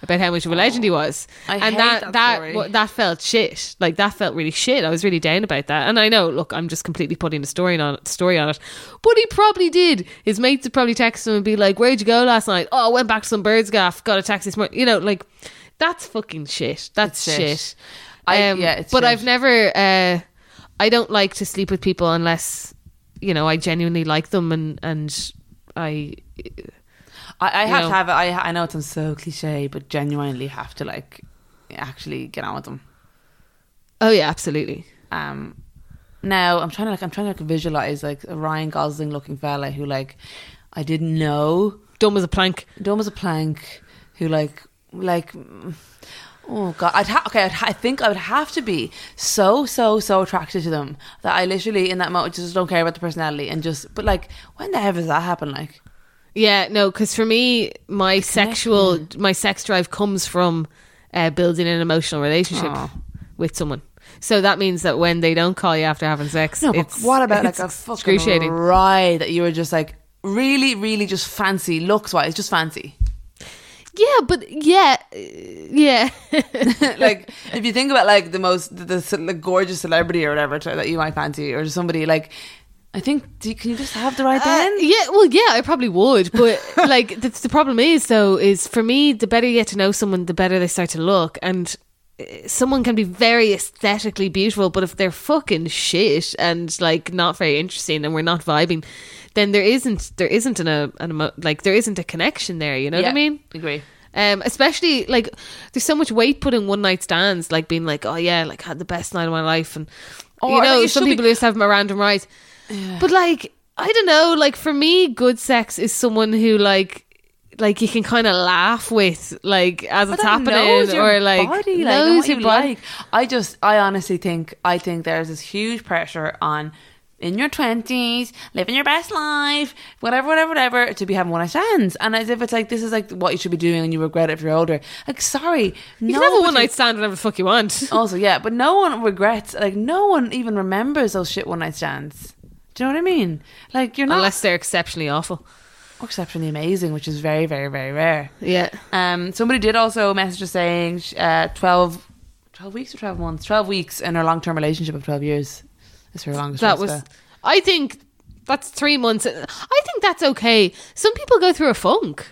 Speaker 1: about how much of a legend he was.
Speaker 2: Oh, I
Speaker 1: and
Speaker 2: hate that
Speaker 1: that
Speaker 2: story.
Speaker 1: wa- that felt shit. Like that felt really shit. I was really down about that. And I know, look, I'm just completely putting a story on story on it. But he probably did. His mates would probably text him and be like, "Where'd you go last night? Oh, I went back to some birds gaff. Got a taxi this morning. You know, like that's fucking shit. That's
Speaker 2: It's
Speaker 1: shit. Um,
Speaker 2: shit. I- yeah, it's
Speaker 1: but
Speaker 2: shit.
Speaker 1: I've never. Uh, I don't like to sleep with people unless you know I genuinely like them and and I
Speaker 2: I, I have
Speaker 1: know.
Speaker 2: to have it. I, I know it sounds so cliche, but genuinely have to like actually get on with them.
Speaker 1: oh yeah absolutely
Speaker 2: Um, now I'm trying to like I'm trying to like visualize like a Ryan Gosling looking fella who like I didn't know
Speaker 1: dumb as a plank.
Speaker 2: dumb as a plank who like like mm, oh god I'd ha- okay I'd ha- I think I would have to be so so so attracted to them that I literally in that moment just don't care about the personality and just but like when the hell does that happen like
Speaker 1: Yeah, no, because for me, my sexual, my sex drive comes from uh, building an emotional relationship
Speaker 2: Aw.
Speaker 1: with someone. So that means that when they don't call you after having sex,
Speaker 2: no but
Speaker 1: it's,
Speaker 2: what about like
Speaker 1: it's
Speaker 2: a fucking
Speaker 1: excruciating?
Speaker 2: ride that you were just like really really just fancy looks wise just fancy
Speaker 1: yeah, but yeah, uh, yeah,
Speaker 2: like if you think about like the most the, the, ce- like, gorgeous celebrity or whatever to, that you might fancy or somebody like I think do you, can you just have the right
Speaker 1: Uh,
Speaker 2: then
Speaker 1: yeah, well, yeah, I probably would, but like the, the problem is though is for me, the better you get to know someone, the better they start to look, and uh, someone can be very aesthetically beautiful, but if they're fucking shit and like not very interesting, and we're not vibing, then there isn't there isn't an, uh, an emo- like there isn't a connection there. You know what I mean?
Speaker 2: agree
Speaker 1: Um, especially like there's so much weight put in one night stands, like being like, oh yeah, like had the best night of my life, and
Speaker 2: Or,
Speaker 1: you know,
Speaker 2: like, it
Speaker 1: some
Speaker 2: should be-
Speaker 1: people just have a random ride. But like, I don't know. Like for me, good sex is someone who like. Like you can kind of laugh with, like as it's
Speaker 2: that
Speaker 1: happening,
Speaker 2: knows your
Speaker 1: or like
Speaker 2: body, like, and
Speaker 1: knows
Speaker 2: what
Speaker 1: your
Speaker 2: you
Speaker 1: body.
Speaker 2: like. I just I honestly think I think there's this huge pressure on in your twenties, living your best life, whatever, whatever, whatever, to be having one night stands, and as if it's like this is like what you should be doing, and you regret it if you're older. Like, sorry,
Speaker 1: You can have a one night stand whenever the fuck you want.
Speaker 2: Also, yeah, but no one regrets. Like, no one even remembers those shit one night stands. Do you know what I mean? Like, you're not
Speaker 1: Unless they're exceptionally awful.
Speaker 2: exceptionally amazing, which is very, very, very rare.
Speaker 1: Yeah.
Speaker 2: Um, somebody did also message us saying sh- uh, 12, 12 weeks or twelve months, twelve weeks in her long term relationship of twelve years. Is her longest.
Speaker 1: That
Speaker 2: one,
Speaker 1: was,
Speaker 2: so-
Speaker 1: I think that's three months. I think that's okay. Some people go through a funk.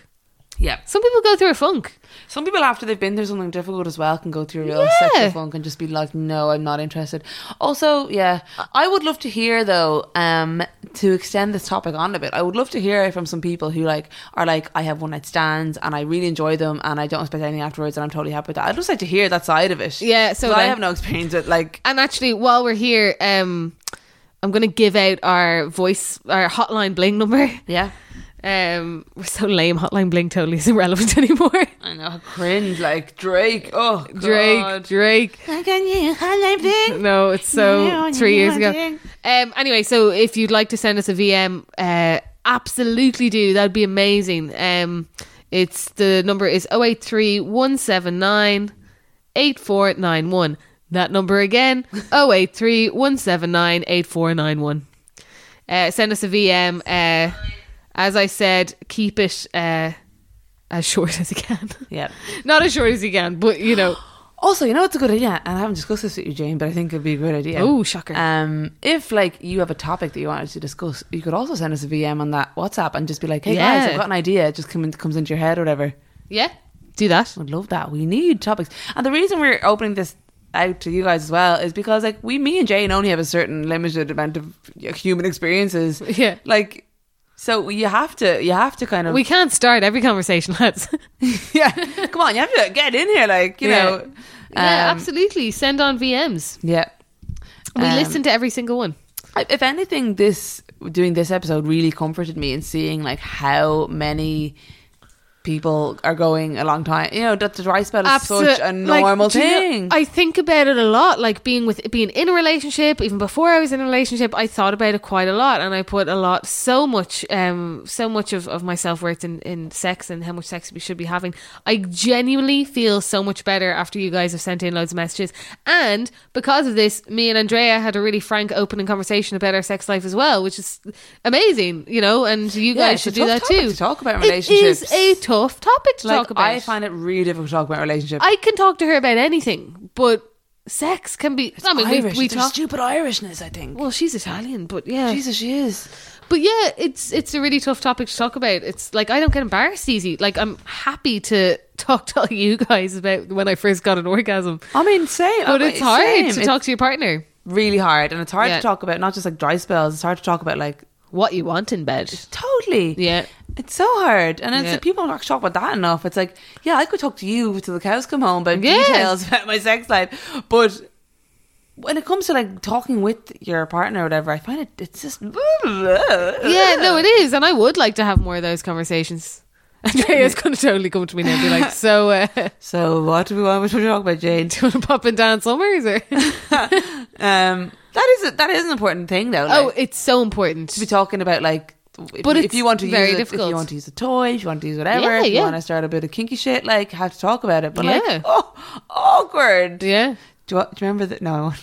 Speaker 2: Yeah.
Speaker 1: Some people go through a funk.
Speaker 2: Some people, after they've been through something difficult as well, can go through real
Speaker 1: Yeah.
Speaker 2: sexual funk and just be like, "No, I'm not interested." Also, yeah, I would love to hear though, um, to extend this topic on a bit. I would love to hear from some people who like are like, "I have one night stands and I really enjoy them and I don't expect anything afterwards and I'm totally happy with that." I'd just like to hear that side of it.
Speaker 1: Yeah, so
Speaker 2: 'Cause I
Speaker 1: like-
Speaker 2: have no experience with like.
Speaker 1: And actually, while we're here, um, I'm going to give out our voice, our hotline bling number.
Speaker 2: Yeah,
Speaker 1: Um, we're so lame. Hotline bling totally isn't relevant anymore.
Speaker 2: I know. Cringe like Drake. Oh,
Speaker 1: Drake,
Speaker 2: God.
Speaker 1: Drake.
Speaker 2: Can you highlight Drake?
Speaker 1: No, it's so
Speaker 2: Yeah,
Speaker 1: three years ago.
Speaker 2: yeah.
Speaker 1: Um, anyway, so if you'd like to send us a VM, uh, absolutely do. That'd be amazing. Um, it's the number is 083 179 8491. That number again 083 179 8491. Uh, send us a VM. Uh, as I said, keep it uh, as short as you can.
Speaker 2: Yeah.
Speaker 1: Not as short as you can, but you know.
Speaker 2: Also, you know what's a good idea? And I haven't discussed this with you, Jane, but I think it'd be a good idea.
Speaker 1: Oh, shocker.
Speaker 2: Um, if like you have a topic that you wanted to discuss, you could also send us a VM on that WhatsApp and just be like, "Hey guys,
Speaker 1: Yeah.
Speaker 2: I've got an idea. It just come in, comes into your head, or whatever."
Speaker 1: Yeah, do that.
Speaker 2: Would love that. We need topics, and the reason we're opening this out to you guys as well is because like we, me and Jane, only have a certain limited amount of uh, human experiences.
Speaker 1: Yeah.
Speaker 2: like so you have to you have to kind of
Speaker 1: We can't start every conversation, lads.
Speaker 2: yeah. Come on, you have to get in here, like you
Speaker 1: Yeah.
Speaker 2: know.
Speaker 1: yeah,
Speaker 2: Um,
Speaker 1: absolutely. Send on VMs.
Speaker 2: Yeah.
Speaker 1: We
Speaker 2: Um,
Speaker 1: listen to every single one.
Speaker 2: I- if anything this doing this episode really comforted me in seeing like how many people are going a long time you know that the dry spell is such a
Speaker 1: Absol- like,
Speaker 2: normal
Speaker 1: do you know-
Speaker 2: thing
Speaker 1: I think about it a lot, like being with being in a relationship. Even before I was in a relationship, I thought about it quite a lot, and I put a lot, so much, um, so much of, of my self worth in in sex and how much sex we should be having. I genuinely feel so much better after you guys have sent in loads of messages, and because of this, me and Andrea had a really frank, opening conversation about our sex life as well, which is amazing, you know. And you
Speaker 2: Yeah,
Speaker 1: guys
Speaker 2: it's a
Speaker 1: should do
Speaker 2: tough
Speaker 1: that
Speaker 2: topic
Speaker 1: too.
Speaker 2: to talk about
Speaker 1: It
Speaker 2: relationships.
Speaker 1: is a tough topic to
Speaker 2: like,
Speaker 1: talk about.
Speaker 2: I find it really difficult to talk about relationships
Speaker 1: I can talk to her about anything, but sex can be. I mean,
Speaker 2: Irish
Speaker 1: we, we
Speaker 2: it's their
Speaker 1: talk.
Speaker 2: stupid Irishness I think
Speaker 1: Well, she's Italian, but yeah,
Speaker 2: Jesus she is
Speaker 1: but yeah, it's it's a really tough topic to talk about. It's like I don't get embarrassed easy. Like I'm happy to talk to all you guys about when I first got an orgasm,
Speaker 2: I mean same
Speaker 1: but
Speaker 2: I-
Speaker 1: Oh, it's hard
Speaker 2: same.
Speaker 1: to
Speaker 2: It's
Speaker 1: talk to your partner
Speaker 2: really hard and it's hard
Speaker 1: Yeah.
Speaker 2: to talk about not just like dry spells it's hard to talk about like
Speaker 1: what you want in bed.
Speaker 2: Totally.
Speaker 1: Yeah.
Speaker 2: It's so hard. And it's
Speaker 1: Yeah.
Speaker 2: like people don't talk about that enough. It's like, yeah, I could talk to you till the cows come home about
Speaker 1: Yeah.
Speaker 2: details about my sex life. But when it comes to like talking with your partner or whatever, I find it it's just Yeah,
Speaker 1: Yeah, no, it is, and I would like to have more of those conversations. Andrea's gonna totally come to me now and be like, "So, uh, do you
Speaker 2: So what do we want what do we talk about, Jane?
Speaker 1: want to pop and dance somewhere?" Or?
Speaker 2: Um that is a, that is an important thing though.
Speaker 1: oh,
Speaker 2: like,
Speaker 1: it's so important.
Speaker 2: to be talking about like if,
Speaker 1: But
Speaker 2: you- if
Speaker 1: it's
Speaker 2: you want to
Speaker 1: very
Speaker 2: use it, if
Speaker 1: difficult.
Speaker 2: you want to use a toy, if you want to use whatever,
Speaker 1: Yeah,
Speaker 2: if you
Speaker 1: yeah.
Speaker 2: want to start a bit of kinky shit, like have to talk about it. But
Speaker 1: Yeah.
Speaker 2: like, oh, awkward.
Speaker 1: Yeah,
Speaker 2: Do you, do you remember that? No, I want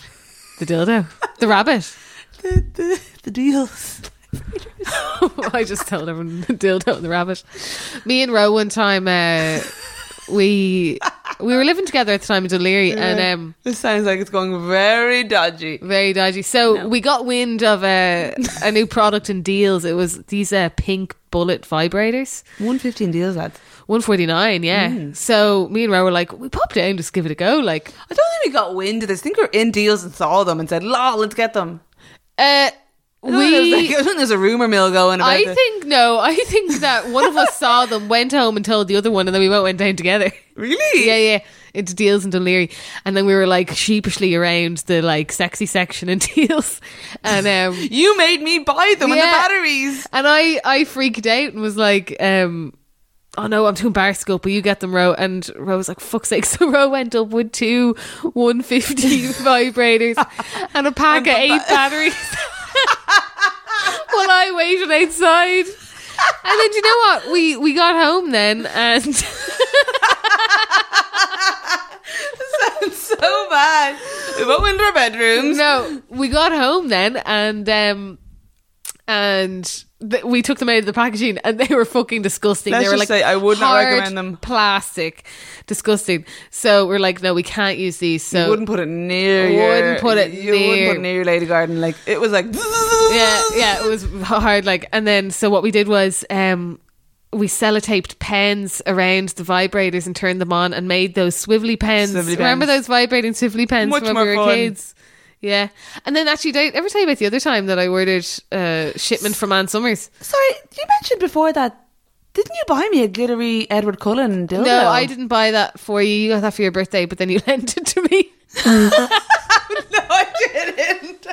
Speaker 1: the dildo, the rabbit.
Speaker 2: the, the, the deals.
Speaker 1: I just told everyone the dildo and the rabbit. Me and Ro one time uh, we we were living together at the time in O'Leary and um
Speaker 2: This sounds like it's going very dodgy.
Speaker 1: very dodgy. So we got wind of a a new product in deals. It was these uh, pink bullet vibrators.
Speaker 2: One fifteen deals, lads.
Speaker 1: 149, yeah.
Speaker 2: Mm.
Speaker 1: So me and Ro were like, we pop down, just give it a go. Like
Speaker 2: I don't think we got wind of this. I think we were in deals and saw them and said, "Lol, let's get them."
Speaker 1: uh
Speaker 2: I don't think
Speaker 1: we
Speaker 2: there's, like, I don't think there's a rumor mill going about
Speaker 1: I
Speaker 2: this.
Speaker 1: think no. I think that one of us saw them, went home and told the other one, and then we both went down together.
Speaker 2: Really?
Speaker 1: Yeah, yeah. Into Deals and O'Leary, and then we were like sheepishly around the like sexy section in Deals, and um,
Speaker 2: You made me buy them and the
Speaker 1: Yeah.
Speaker 2: batteries.
Speaker 1: and I I freaked out and was like, um, oh no, I'm too embarrassed to go, up, but you get them, Ro. And Ro was like, fuck's sake. So Ro went up with two 150 vibrators and a pack of eight batteries while I waited outside. And then do you know what? We we got home then and
Speaker 2: So bad. We went into our bedrooms.
Speaker 1: no, we got home then, and um, and th- we took them out of the packaging, and they were fucking disgusting.
Speaker 2: Let's
Speaker 1: they were
Speaker 2: just
Speaker 1: like,
Speaker 2: say I would not
Speaker 1: hard
Speaker 2: recommend them.
Speaker 1: Plastic, disgusting. So we're like, no, we can't use these. So
Speaker 2: You wouldn't put it near.
Speaker 1: Wouldn't
Speaker 2: your-
Speaker 1: put it
Speaker 2: You wouldn't put
Speaker 1: near.
Speaker 2: it near your lady garden. Like it was like.
Speaker 1: yeah, yeah, it was hard. Like, and then so what we did was, um, we sellotaped pens around the vibrators and turned them on and made those swivelly pens.
Speaker 2: Swivelly
Speaker 1: Remember
Speaker 2: pens.
Speaker 1: those vibrating swivelly pens
Speaker 2: Much
Speaker 1: when
Speaker 2: more
Speaker 1: we were
Speaker 2: fun.
Speaker 1: kids? Yeah. And then actually, did I ever tell you about the other time that I ordered uh, shipment from Ann Summers?
Speaker 6: Sorry, you mentioned before that. Didn't you buy me a glittery Edward Cullen
Speaker 2: Oh,
Speaker 6: dildo?
Speaker 1: No, I didn't buy that for you. You got that for your birthday, but then you lent it to me.
Speaker 2: I didn't.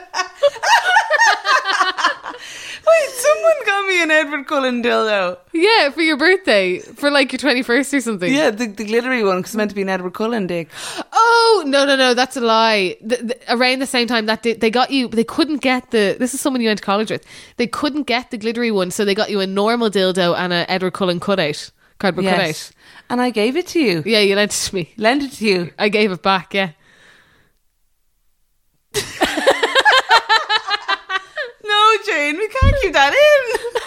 Speaker 2: Wait, someone got me an Edward Cullen dildo.
Speaker 1: Yeah, for your birthday, for like your twenty first or something.
Speaker 6: Yeah, the, the glittery one because it's meant to be an Edward Cullen dick.
Speaker 1: Oh no, no, no, that's a lie. Th th around the same time that did, they got you, they couldn't get the. This is someone you went to college with. They couldn't get the glittery one, so they got you a normal dildo and a Edward Cullen cutout, cardboard
Speaker 6: Yes, and I gave it to you.
Speaker 1: cutout. Yeah, you lent it to me.
Speaker 6: Lend it to you.
Speaker 1: I gave it back. Yeah.
Speaker 2: No, Jane, we can't keep that in.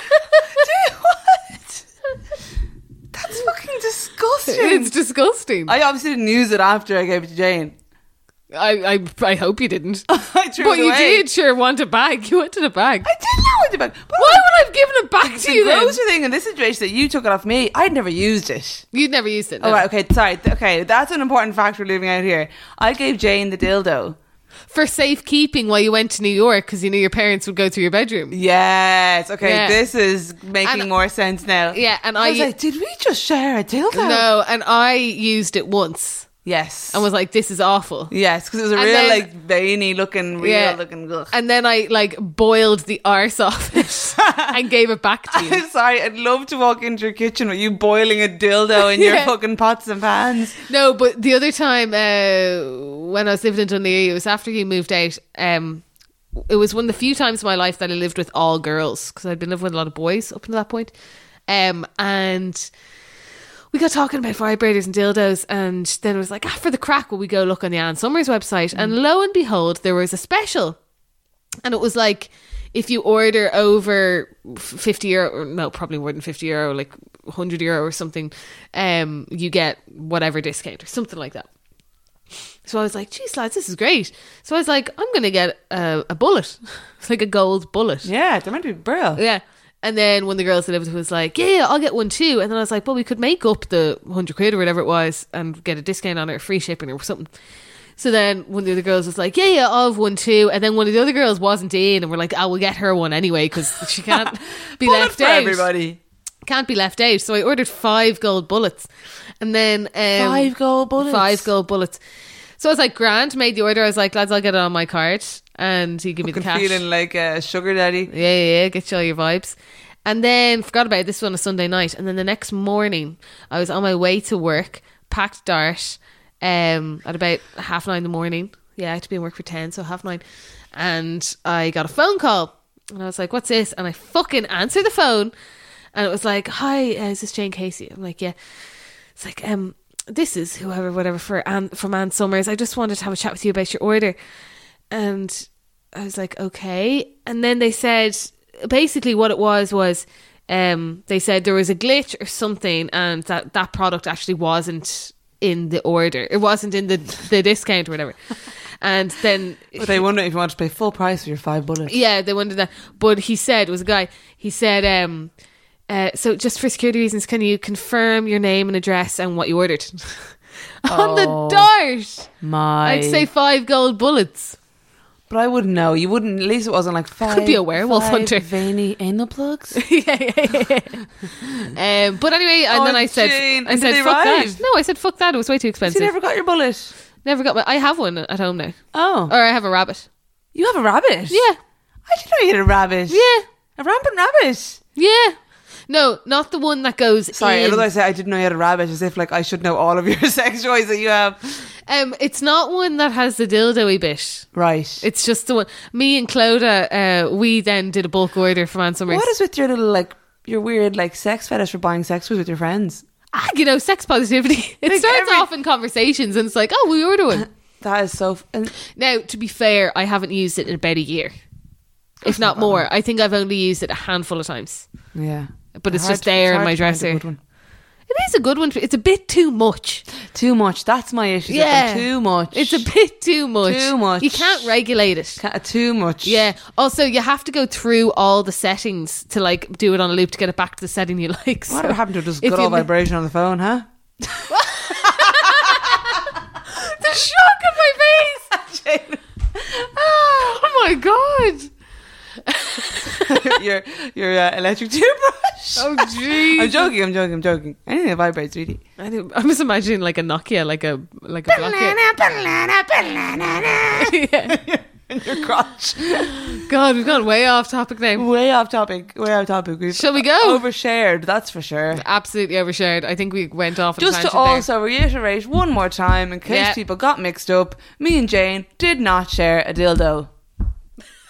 Speaker 2: Jane, what? That's fucking disgusting.
Speaker 1: It's disgusting. I
Speaker 2: I obviously didn't use it after I gave it to Jane.
Speaker 1: I, I, hope you didn't.
Speaker 2: I threw
Speaker 1: But
Speaker 2: it
Speaker 1: you
Speaker 2: away.
Speaker 1: did sure want a bag. You wanted a bag.
Speaker 2: I didn't know it about. But
Speaker 1: Why would I have given it back
Speaker 2: it's
Speaker 1: to you
Speaker 2: a
Speaker 1: then?
Speaker 2: grocery thing in this situation that you took it off me. I'd never used it.
Speaker 1: You'd never used it. No.
Speaker 2: All right, okay, sorry. th- Okay, that's an important fact we're leaving out here. I gave Jane the dildo.
Speaker 1: For safekeeping while you went to New York because you knew your parents would go through your bedroom.
Speaker 2: Yes. Okay,
Speaker 1: Yeah.
Speaker 2: this is making
Speaker 1: And-
Speaker 2: more sense now.
Speaker 1: Yeah, and
Speaker 2: I
Speaker 1: I,
Speaker 2: was like, did we just share a dildo?
Speaker 1: no, and I used it once
Speaker 2: Yes.
Speaker 1: and was like, "This is awful."
Speaker 2: yes, because it was a
Speaker 1: And
Speaker 2: real
Speaker 1: then-
Speaker 2: like veiny looking, real
Speaker 1: Yeah.
Speaker 2: looking. Ugh.
Speaker 1: And then I like boiled the arse off it and gave it back to you.
Speaker 2: I'm sorry. I'd love to walk into your kitchen with you boiling a dildo in your
Speaker 1: Yeah.
Speaker 2: fucking pots and pans.
Speaker 1: No, but the other time uh, when I was living in Dunleary, it was after you moved out. Um, it was one of the few times in my life that I lived with all girls because I'd been living with a lot of boys up until that point. Um, and we got talking about vibrators and dildos, and then it was like, ah, for the crack, will we go look on the Anne Summers website? And lo and behold, there was a special and it was like if you order over f- 50 euro or no probably more than 50 euro like 100 euro or something um you get whatever discount or something like that so i was like geez lads this is great so i was like i'm gonna get a, a bullet it's like a gold bullet
Speaker 2: Yeah, they're meant to be brilliant.
Speaker 1: yeah. And then one of the girls that lived with was like, yeah, yeah, I'll get one too. And then I was like, well, we could make up the 100 quid or whatever it was and get a discount on it or free shipping or something. So then one of the other girls was like, yeah, yeah, I'll have one too. And then one of the other girls wasn't in and we're like, oh, we'll get her one anyway because she can't be
Speaker 2: Bullet
Speaker 1: left
Speaker 2: for
Speaker 1: out.
Speaker 2: everybody.
Speaker 1: Can't be left out. So I ordered five gold bullets. And then... Um,
Speaker 6: Five gold bullets.
Speaker 1: Five gold bullets. So I was like, grand, made the order. I was like, lads, I'll get it on my card. And he gave me the
Speaker 2: Fucking
Speaker 1: cash.
Speaker 2: feeling like a sugar daddy.
Speaker 1: Yeah, yeah, yeah, get you all your vibes. And then forgot about this on a Sunday night. And then the next morning, I was on my way to work, packed dart um, at about half nine in the morning. Yeah, I had to be in work for 10, so half nine. And I got a phone call. And I was like, what's this? And I fucking answered the phone. And it was like, hi, uh, is this Jane Casey? I'm like, yeah. It's like, um, this is whoever, whatever, for Anne, from Anne Summers. I just wanted to have a chat with you about your order. And I was like, okay. And then they said, basically, what it was was um, they said there was a glitch or something, and that that product actually wasn't in the order. It wasn't in the the discount or whatever. And then
Speaker 2: But they wonder if you want to pay full price for your five bullets.
Speaker 1: yeah, they wondered that. But he said, it was a guy, he said, um, uh, so just for security reasons, can you confirm your name and address and what you ordered? On
Speaker 2: Oh.
Speaker 1: the dart!
Speaker 2: My.
Speaker 1: I'd say five gold bullets.
Speaker 2: But I wouldn't know. You wouldn't. At least it wasn't like five.
Speaker 1: Could be a werewolf
Speaker 6: Five
Speaker 1: hunter.
Speaker 6: Veiny anal plugs.
Speaker 1: yeah, yeah, yeah. um, but anyway, and
Speaker 2: Oh,
Speaker 1: then I said,
Speaker 2: Jane,
Speaker 1: I
Speaker 2: and
Speaker 1: said,
Speaker 2: did they
Speaker 1: fuck
Speaker 2: arrive?
Speaker 1: that. No, I said, fuck that. It was way too
Speaker 2: So
Speaker 1: expensive.
Speaker 2: you
Speaker 1: Never-,
Speaker 2: never got your bullet.
Speaker 1: got. My- I have one at home now,
Speaker 2: Oh.
Speaker 1: or I have a rabbit.
Speaker 2: You have a rabbit?
Speaker 1: Yeah,
Speaker 2: I didn't know you had a rabbit.
Speaker 1: yeah,
Speaker 2: A rampant rabbit.
Speaker 1: yeah. No, not the one that goes.
Speaker 2: Sorry, I
Speaker 1: in.
Speaker 2: love that I said I didn't know you had a rabbit as if like I should know all of your sex toys that you have.
Speaker 1: Um, it's not one that has the dildoy bit.
Speaker 2: Right.
Speaker 1: It's just the one. Me and Clodagh, uh, we then did a bulk order from Anne Summers.
Speaker 2: what is with your little like your weird like sex fetish for buying sex toys with your friends?
Speaker 1: ah, you know, sex positivity. It
Speaker 2: Like
Speaker 1: starts
Speaker 2: every-
Speaker 1: off in conversations, and it's like, oh, we order one.
Speaker 2: That is so. F- and
Speaker 1: Now, to be fair, I haven't used it in about a year, if not more. I think I've only used it a handful of times,
Speaker 2: yeah,
Speaker 1: but it's
Speaker 2: Hard
Speaker 1: just
Speaker 2: to-
Speaker 1: there in
Speaker 2: hard
Speaker 1: my
Speaker 2: to find a
Speaker 1: dresser.
Speaker 2: good one.
Speaker 1: It is a good one. It's a bit too much.
Speaker 2: Too much. That's my issue.
Speaker 1: Yeah.
Speaker 2: Yeah. Too much.
Speaker 1: It's a bit too much.
Speaker 2: Too much.
Speaker 1: You can't regulate it.
Speaker 2: Ca- too much.
Speaker 1: Yeah. Also, you have to go through all the settings to like do it on a loop to get it back to the setting you like. So
Speaker 2: Whatever happened to just
Speaker 1: if
Speaker 2: good
Speaker 1: you
Speaker 2: old
Speaker 1: mi-
Speaker 2: vibration on the phone, huh?
Speaker 1: the shock of my face. oh my god.
Speaker 2: your your uh, electric toothbrush.
Speaker 1: Oh jeez.
Speaker 2: I'm joking. I'm joking. I'm joking. Anything that vibrates, really.
Speaker 1: I do- I'm just imagining like a Nokia, like a like a Nokia. Yeah.
Speaker 2: In your crotch.
Speaker 1: God, we've gone way off topic now.
Speaker 2: Way off topic. Way off topic. We've
Speaker 1: Shall we go?
Speaker 2: Overshared. That's for sure.
Speaker 1: Absolutely overshared. I think we went off. on a
Speaker 2: Just to
Speaker 1: tangent there.
Speaker 2: also reiterate one more time, in case
Speaker 1: Yeah.
Speaker 2: people got mixed up, me and Jane did not share a dildo.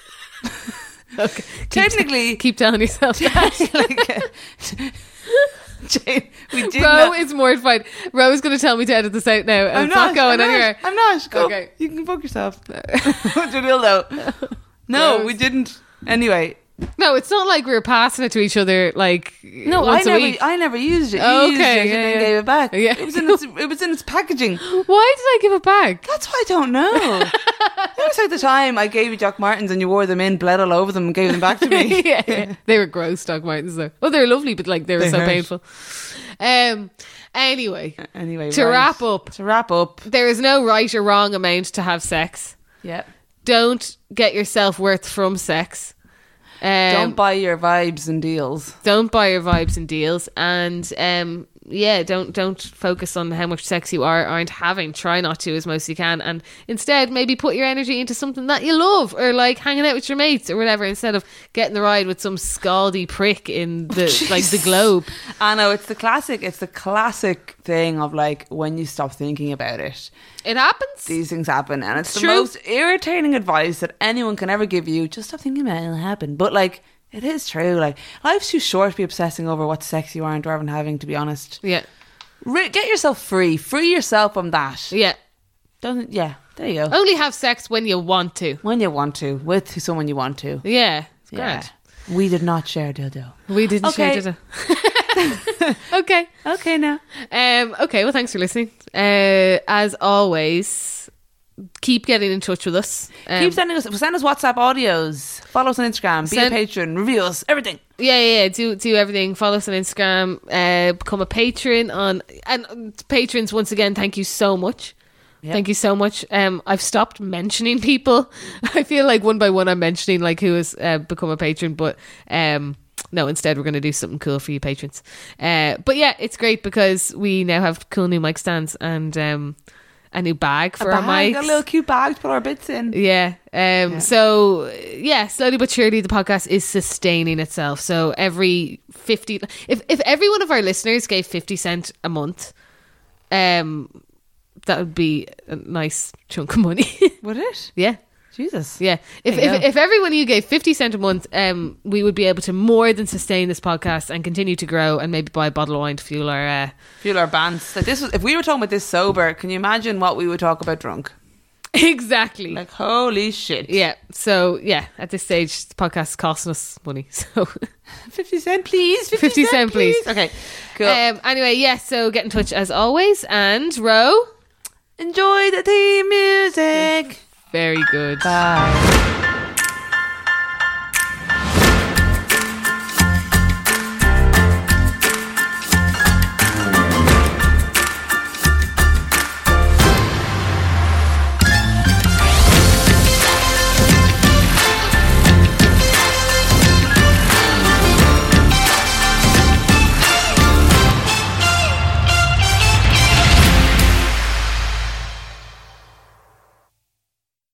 Speaker 1: Okay. Keep-
Speaker 2: Technically-
Speaker 1: keep telling yourself that. uh,
Speaker 2: Like, uh, Jane, we did
Speaker 1: Ro
Speaker 2: not.
Speaker 1: is mortified. Ro is going to tell me to edit this out now. and
Speaker 2: I'm
Speaker 1: it's not, going
Speaker 2: I'm
Speaker 1: anywhere.
Speaker 2: Not, I'm not. Go.
Speaker 1: Okay.
Speaker 2: You can fuck yourself. What's your dildo? No,
Speaker 1: Gross.
Speaker 2: we didn't. Anyway,
Speaker 1: No, it's not like we were passing it to each other. Like
Speaker 2: no,
Speaker 1: once
Speaker 2: I
Speaker 1: a
Speaker 2: never,
Speaker 1: week.
Speaker 2: I never used it. You
Speaker 1: Oh,
Speaker 2: used
Speaker 1: okay,
Speaker 2: it
Speaker 1: yeah,
Speaker 2: and then
Speaker 1: yeah.
Speaker 2: gave it back.
Speaker 1: Yeah.
Speaker 2: it was in its, it was in its packaging.
Speaker 1: Why did I give it back?
Speaker 2: That's why I don't know. it was at the time I gave you Doc Martens and you wore them in, bled all over them, and gave them back to me.
Speaker 1: yeah, yeah. they were gross dog martens though. Oh, they were lovely, but like they were
Speaker 2: They
Speaker 1: so
Speaker 2: hurt. Uh,
Speaker 1: painful. Um. Anyway,
Speaker 2: Anyway,
Speaker 1: To
Speaker 2: right.
Speaker 1: wrap up.
Speaker 2: to wrap up,
Speaker 1: there is no right or wrong amount to have sex.
Speaker 2: yeah.
Speaker 1: Don't get your self worth from sex. Um,
Speaker 2: Don't buy your vibes and deals.
Speaker 1: don't buy your vibes and deals and um yeah don't don't focus on how much sex you are or aren't having try not to as most you can and instead maybe put your energy into something that you love or like hanging out with your mates or whatever instead of getting the ride with some scaldy prick in the like the globe
Speaker 2: I know it's the classic. It's the classic thing of like when you stop thinking about it,
Speaker 1: it happens
Speaker 2: these things happen, and it's, the
Speaker 1: true.
Speaker 2: most irritating advice that anyone can ever give you. Just stop thinking about it; it'll happen. But like, it is true. Like, life's too short to be obsessing over what sex you aren't or aren't having. To be honest,
Speaker 1: yeah
Speaker 2: Re- get yourself free. Free yourself from that.
Speaker 1: yeah
Speaker 2: Don't. Yeah. There you go.
Speaker 1: only have sex when you want to
Speaker 2: When you want to, with someone you want to.
Speaker 1: yeah it's
Speaker 2: Yeah.
Speaker 1: grand.
Speaker 2: We did not share a dildo.
Speaker 1: we didn't
Speaker 2: Okay.
Speaker 1: okay. did it okay
Speaker 2: Okay, now.
Speaker 1: Um, okay, well, thanks for listening. Uh, as always, keep getting in touch with us. Um,
Speaker 2: Keep sending us send us WhatsApp audios. Follow us on Instagram. Be
Speaker 1: Send-
Speaker 2: a patron. Review us. Everything.
Speaker 1: yeah, yeah, yeah, do do everything. Follow us on Instagram. Uh, become a patron on and um, patrons once again. Thank you so much. Thank you so much. Um, I've stopped mentioning people. I feel like one by one I'm mentioning like who has uh, become a patron, but um, no. Instead, we're going to do something cool for you patrons. Uh, but yeah, it's great because we now have cool new mic stands and um, a new bag for our
Speaker 2: Bag,
Speaker 1: mics.
Speaker 2: a little cute bag to put our bits in.
Speaker 1: Yeah. Um, So, yeah, slowly but surely, the podcast is sustaining itself. So, every 50, if, if every one of our listeners gave 50 cent a month, um, that would be a nice chunk of money.
Speaker 2: Would it?
Speaker 1: yeah.
Speaker 2: Jesus.
Speaker 1: Yeah. If,
Speaker 2: There you
Speaker 1: if,
Speaker 2: go.
Speaker 1: if everyone you gave 50 cent a month, um, we would be able to more than sustain this podcast and continue to grow and maybe buy a bottle of wine to fuel our. Uh,
Speaker 2: Fuel our bands. Like this was if we were talking about this sober, can you imagine what we would talk about drunk?
Speaker 1: exactly.
Speaker 2: Like holy shit.
Speaker 1: yeah. So, yeah, at this stage, the podcast is costing us money. So.
Speaker 2: Fifty cent please. Uh, 50,
Speaker 1: 50 cent, please.
Speaker 2: Okay. Cool.
Speaker 1: Um, anyway, yes, so get in touch as always. And Ro,
Speaker 2: Enjoy the theme music. Uh,
Speaker 1: very good.
Speaker 2: Bye.